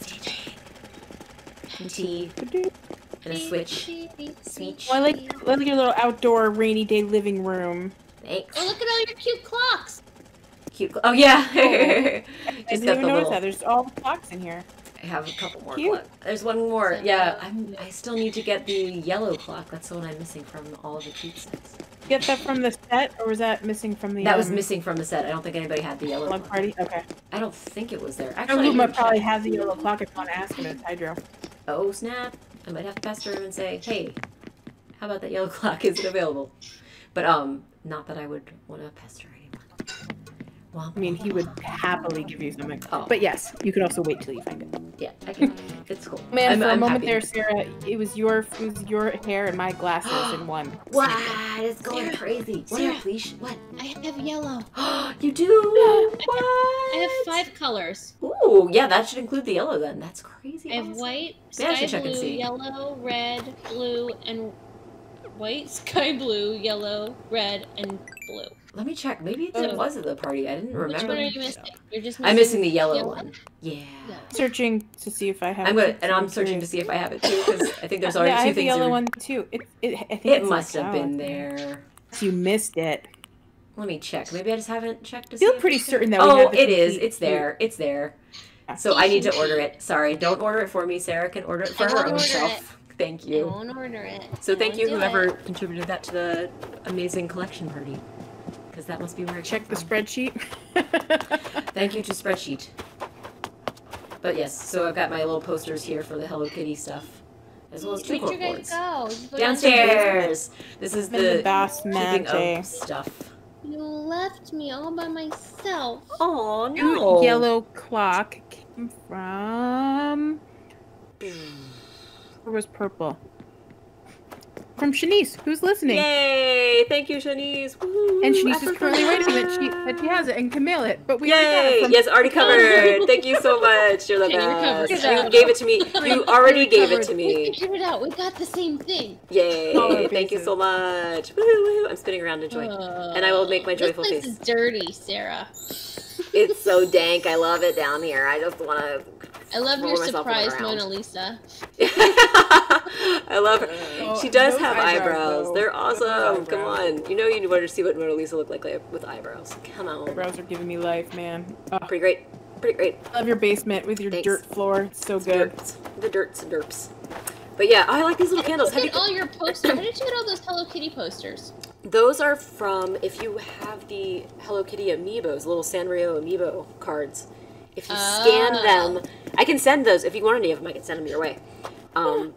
Speaker 1: Stitching. And tea and a switch.
Speaker 3: Oh,
Speaker 1: Switch.
Speaker 2: Well, I like, I like your little outdoor rainy day living room.
Speaker 3: Oh,
Speaker 1: Thanks.
Speaker 3: look at all your cute clocks.
Speaker 1: Cute. cl- Oh yeah.
Speaker 2: I
Speaker 1: Just
Speaker 2: didn't
Speaker 1: got
Speaker 2: even
Speaker 1: the
Speaker 2: notice
Speaker 1: little.
Speaker 2: that. There's all the clocks in here.
Speaker 1: I have a couple more.
Speaker 2: Cute.
Speaker 1: Cute. There's one more. Yeah. I'm. I still need to get the yellow clock. That's the one I'm missing from all of the cute sets.
Speaker 2: Get that from the set, or was that missing from the?
Speaker 1: That was
Speaker 2: um,
Speaker 1: missing from the set. I don't think anybody had the yellow
Speaker 2: Log
Speaker 1: clock.
Speaker 2: party. Okay.
Speaker 1: I don't think it was there.
Speaker 2: I
Speaker 1: Actually, I
Speaker 2: Luma
Speaker 1: can
Speaker 2: probably
Speaker 1: check.
Speaker 2: has a yellow clock. If I want to ask him, it's Hydro.
Speaker 1: Oh snap! I might have to pester him and say, "Hey, how about that yellow clock? Is it available?" But um, not that I would want to pester anyone. Well,
Speaker 2: I mean, he would happily give you something.
Speaker 1: Oh.
Speaker 2: But yes, you could also wait till you find it.
Speaker 1: yeah, I can. It's cool.
Speaker 2: Man,
Speaker 1: I'm,
Speaker 2: for a
Speaker 1: I'm
Speaker 2: moment
Speaker 1: happy.
Speaker 2: there, Sarah, it was your it was your hair and my glasses in one.
Speaker 1: Wow, it's going
Speaker 3: Sarah,
Speaker 1: crazy. What
Speaker 3: Sarah.
Speaker 1: up, leash? What?
Speaker 3: I have yellow.
Speaker 1: you do? What?
Speaker 3: I have five colors.
Speaker 1: Ooh, yeah, that should include the yellow then. That's crazy.
Speaker 3: I have
Speaker 1: awesome.
Speaker 3: white,
Speaker 1: Maybe I
Speaker 3: sky
Speaker 1: should check and
Speaker 3: blue,
Speaker 1: see.
Speaker 3: yellow, red, blue, and white, sky blue, yellow, red, and blue.
Speaker 1: Let me check. Maybe it
Speaker 3: Oh.
Speaker 1: was at the party. I didn't remember.
Speaker 3: Which one are you missing? You're just missing.
Speaker 1: I'm missing the yellow,
Speaker 3: yellow?
Speaker 1: one.
Speaker 3: Yeah.
Speaker 2: Searching to see if I have.
Speaker 1: I'm gonna,
Speaker 2: it.
Speaker 1: and I'm searching to see if I have it too, because I think there's already
Speaker 2: yeah, I
Speaker 1: two
Speaker 2: have the
Speaker 1: things.
Speaker 2: yellow
Speaker 1: in-
Speaker 2: one too. It, it, I think
Speaker 1: It
Speaker 2: it's
Speaker 1: must have
Speaker 2: yellow.
Speaker 1: been there.
Speaker 2: You missed it.
Speaker 1: Let me check. Maybe I just haven't checked to
Speaker 2: I
Speaker 1: see.
Speaker 2: feel
Speaker 1: if
Speaker 2: pretty
Speaker 1: it's-
Speaker 2: certain that. we
Speaker 1: Oh,
Speaker 2: have the
Speaker 1: it is.
Speaker 2: complete
Speaker 1: It's there. It's there.
Speaker 2: Yeah.
Speaker 1: So I need to order it. Sorry, don't order it for me. Sarah can order it for
Speaker 3: I
Speaker 1: her
Speaker 3: will
Speaker 1: own
Speaker 3: order
Speaker 1: self. Thank
Speaker 3: I
Speaker 1: you.
Speaker 3: won't order it.
Speaker 1: So
Speaker 3: I
Speaker 1: thank
Speaker 3: won't
Speaker 1: you
Speaker 3: do
Speaker 1: whoever
Speaker 3: it.
Speaker 1: contributed that to the amazing collection party, because that must be where it
Speaker 2: Check the
Speaker 1: came from.
Speaker 2: spreadsheet.
Speaker 1: Thank you to spreadsheet. But yes, so I've got my little posters here for the Hello Kitty stuff, as well as two
Speaker 3: Where'd you
Speaker 1: cork boards.
Speaker 3: guys go? You put it on the basement.
Speaker 1: Downstairs. This is
Speaker 2: I'm in the
Speaker 1: the keeping
Speaker 2: basement.
Speaker 1: up stuff.
Speaker 3: You left me all by myself.
Speaker 1: Oh
Speaker 2: New yellow clock came from. Or was purple? From Shanice, who's listening.
Speaker 1: Yay! Thank you, Shanice. Woo,
Speaker 2: And Shanice
Speaker 1: Africa.
Speaker 2: is currently writing it. She said she has it and can mail it. But we already got it
Speaker 1: Yay!
Speaker 2: from
Speaker 1: Yes, already covered. Thank you so much. You're the
Speaker 3: Okay, you're
Speaker 1: best.
Speaker 3: covered.
Speaker 1: You gave it to me. You already gave it to
Speaker 3: We
Speaker 1: me.
Speaker 3: figured it out. We got the same thing.
Speaker 2: All
Speaker 1: Yay!
Speaker 2: our
Speaker 1: Thank you
Speaker 2: pieces.
Speaker 1: so much. Woo, woo. I'm spinning around in joy. And I will make my
Speaker 3: Ugh.
Speaker 1: joyful
Speaker 3: this place
Speaker 1: face.
Speaker 3: is dirty, Sarah.
Speaker 1: It's so dank. I love it down here. I just want to.
Speaker 3: I love
Speaker 1: Roll
Speaker 3: your
Speaker 1: myself on the
Speaker 3: surprise,
Speaker 1: ground.
Speaker 3: Mona Lisa.
Speaker 1: I love her.
Speaker 2: Oh,
Speaker 1: she does
Speaker 2: those
Speaker 1: have eyebrows.
Speaker 2: eyebrows, though.
Speaker 1: They're
Speaker 2: Those
Speaker 1: awesome. Come
Speaker 2: eyebrows.
Speaker 1: on. You know you want to see what Mona Lisa looked like with eyebrows. Come on.
Speaker 2: Eyebrows are giving me life, man. Ugh.
Speaker 1: Pretty great. Pretty great.
Speaker 2: love your basement with your
Speaker 1: Thanks.
Speaker 2: dirt floor. It's so good.
Speaker 1: Dirts. The dirts and derps. But yeah, oh, I like these little candles.
Speaker 3: Look
Speaker 1: Have you,
Speaker 3: at all your posters. Where did you get all those Hello Kitty posters?
Speaker 1: those are from if you have the Hello Kitty amiibos, little Sanrio amiibo cards. If you scan
Speaker 3: Oh.
Speaker 1: them, I can send those. If you want any of them, I can send them your way. Um,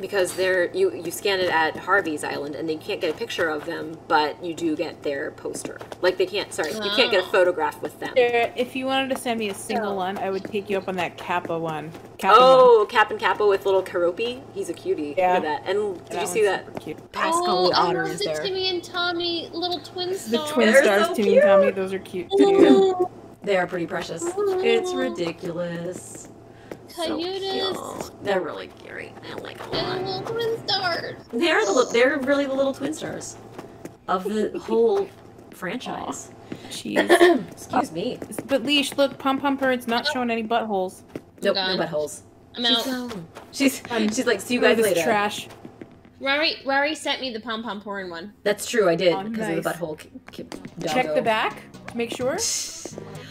Speaker 1: because they're you you scan it at Harvey's Island, and they can't get a picture of them, but you do get their poster. Like they can't. Sorry, you can't get a
Speaker 3: Oh.
Speaker 1: photograph with them.
Speaker 2: Sarah, if you wanted to send me a single
Speaker 3: So-
Speaker 2: one, I would take you up on that Kappa one. Kappa
Speaker 1: Oh, Cap and Kappa with little Karopi. He's a cutie.
Speaker 2: Yeah.
Speaker 1: Look at that. And did you
Speaker 2: one's
Speaker 1: see that?
Speaker 2: super Cute.
Speaker 1: Pascal
Speaker 3: oh,
Speaker 1: the
Speaker 3: I
Speaker 1: otter
Speaker 3: love
Speaker 1: is
Speaker 3: the
Speaker 1: there.
Speaker 3: Timmy and Tommy little twin
Speaker 2: The
Speaker 3: star.
Speaker 2: twin
Speaker 1: Oh, They're
Speaker 2: stars,
Speaker 1: so
Speaker 2: Timmy and Tommy, those are cute too.
Speaker 3: Ooh,
Speaker 1: They are pretty precious.
Speaker 3: Ooh.
Speaker 1: It's ridiculous.
Speaker 3: Coyotes.
Speaker 1: So cute. They're really scary. I like them a
Speaker 3: and
Speaker 1: lot.
Speaker 3: little twin stars.
Speaker 1: They're the li- they're really the little twin stars of the whole franchise.
Speaker 2: Jeez.
Speaker 1: Excuse me.
Speaker 2: But leash, look, pom pom her. It's not showing any buttholes.
Speaker 1: Nope, no
Speaker 3: gone.
Speaker 1: buttholes.
Speaker 3: I'm
Speaker 1: she's
Speaker 3: out.
Speaker 1: gone. She's
Speaker 2: I'm-
Speaker 1: she's like, see you
Speaker 2: Look at
Speaker 1: guys
Speaker 2: this
Speaker 1: later.
Speaker 2: trash.
Speaker 3: Rari, Rari sent me the pom pom pouring one.
Speaker 1: That's true. I did
Speaker 2: Oh,
Speaker 1: because of the
Speaker 2: nice.
Speaker 1: butthole. K- k-
Speaker 2: Check the
Speaker 1: doggo.
Speaker 2: back. to Make sure.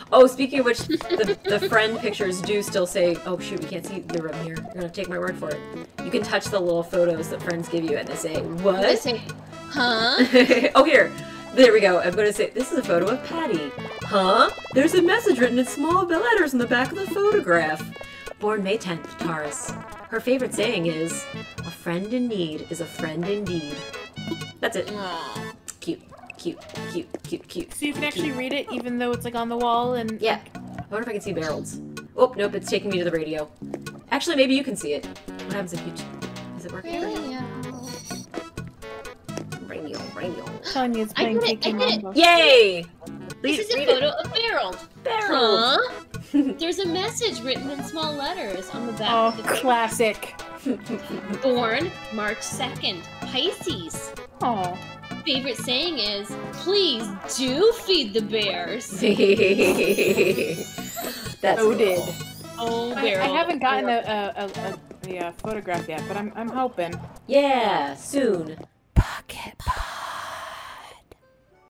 Speaker 1: Oh, speaking of which, the, the friend pictures do still say, oh shoot, we can't see the rim here. You're gonna take my word for it. You can touch the little photos that friends give you and they say, what?
Speaker 3: I say, huh?
Speaker 1: oh, here. There we go. I'm going to say, this is a photo of Patty. Huh? There's a message written in small letters in the back of the photograph. Born May 10th, Taurus. Her favorite saying is, a friend in need is a friend indeed. That's it.
Speaker 3: Aw.
Speaker 1: Cute, cute, cute, cute, cute.
Speaker 2: So you can actually read it, even though it's like on the wall and
Speaker 1: Yeah. I wonder if I can see Barrels. Oh, nope, it's taking me to the radio. Actually, maybe you can see it. What happens if you... T- is it working? Radio, radio.
Speaker 2: Tanya's
Speaker 3: I
Speaker 2: playing
Speaker 3: get it, I
Speaker 2: Pokemon
Speaker 3: get it.
Speaker 2: Go.
Speaker 1: Yay!
Speaker 3: This
Speaker 1: Read-
Speaker 3: is a
Speaker 1: read
Speaker 3: photo of Harold.
Speaker 1: It. Barrels!
Speaker 3: Huh? There's a message written in small letters on the back.
Speaker 2: Oh,
Speaker 3: of the picture.
Speaker 2: classic.
Speaker 3: Born March 2nd, Pisces.
Speaker 2: Oh,
Speaker 3: Favorite saying is, please do feed the bears.
Speaker 1: That's
Speaker 2: so
Speaker 1: cool.
Speaker 2: did.
Speaker 3: Oh,
Speaker 2: I,
Speaker 3: Beryl.
Speaker 2: I haven't gotten a a, a, a, a, uh, photograph yet, but I'm I'm hoping.
Speaker 1: Yeah, soon.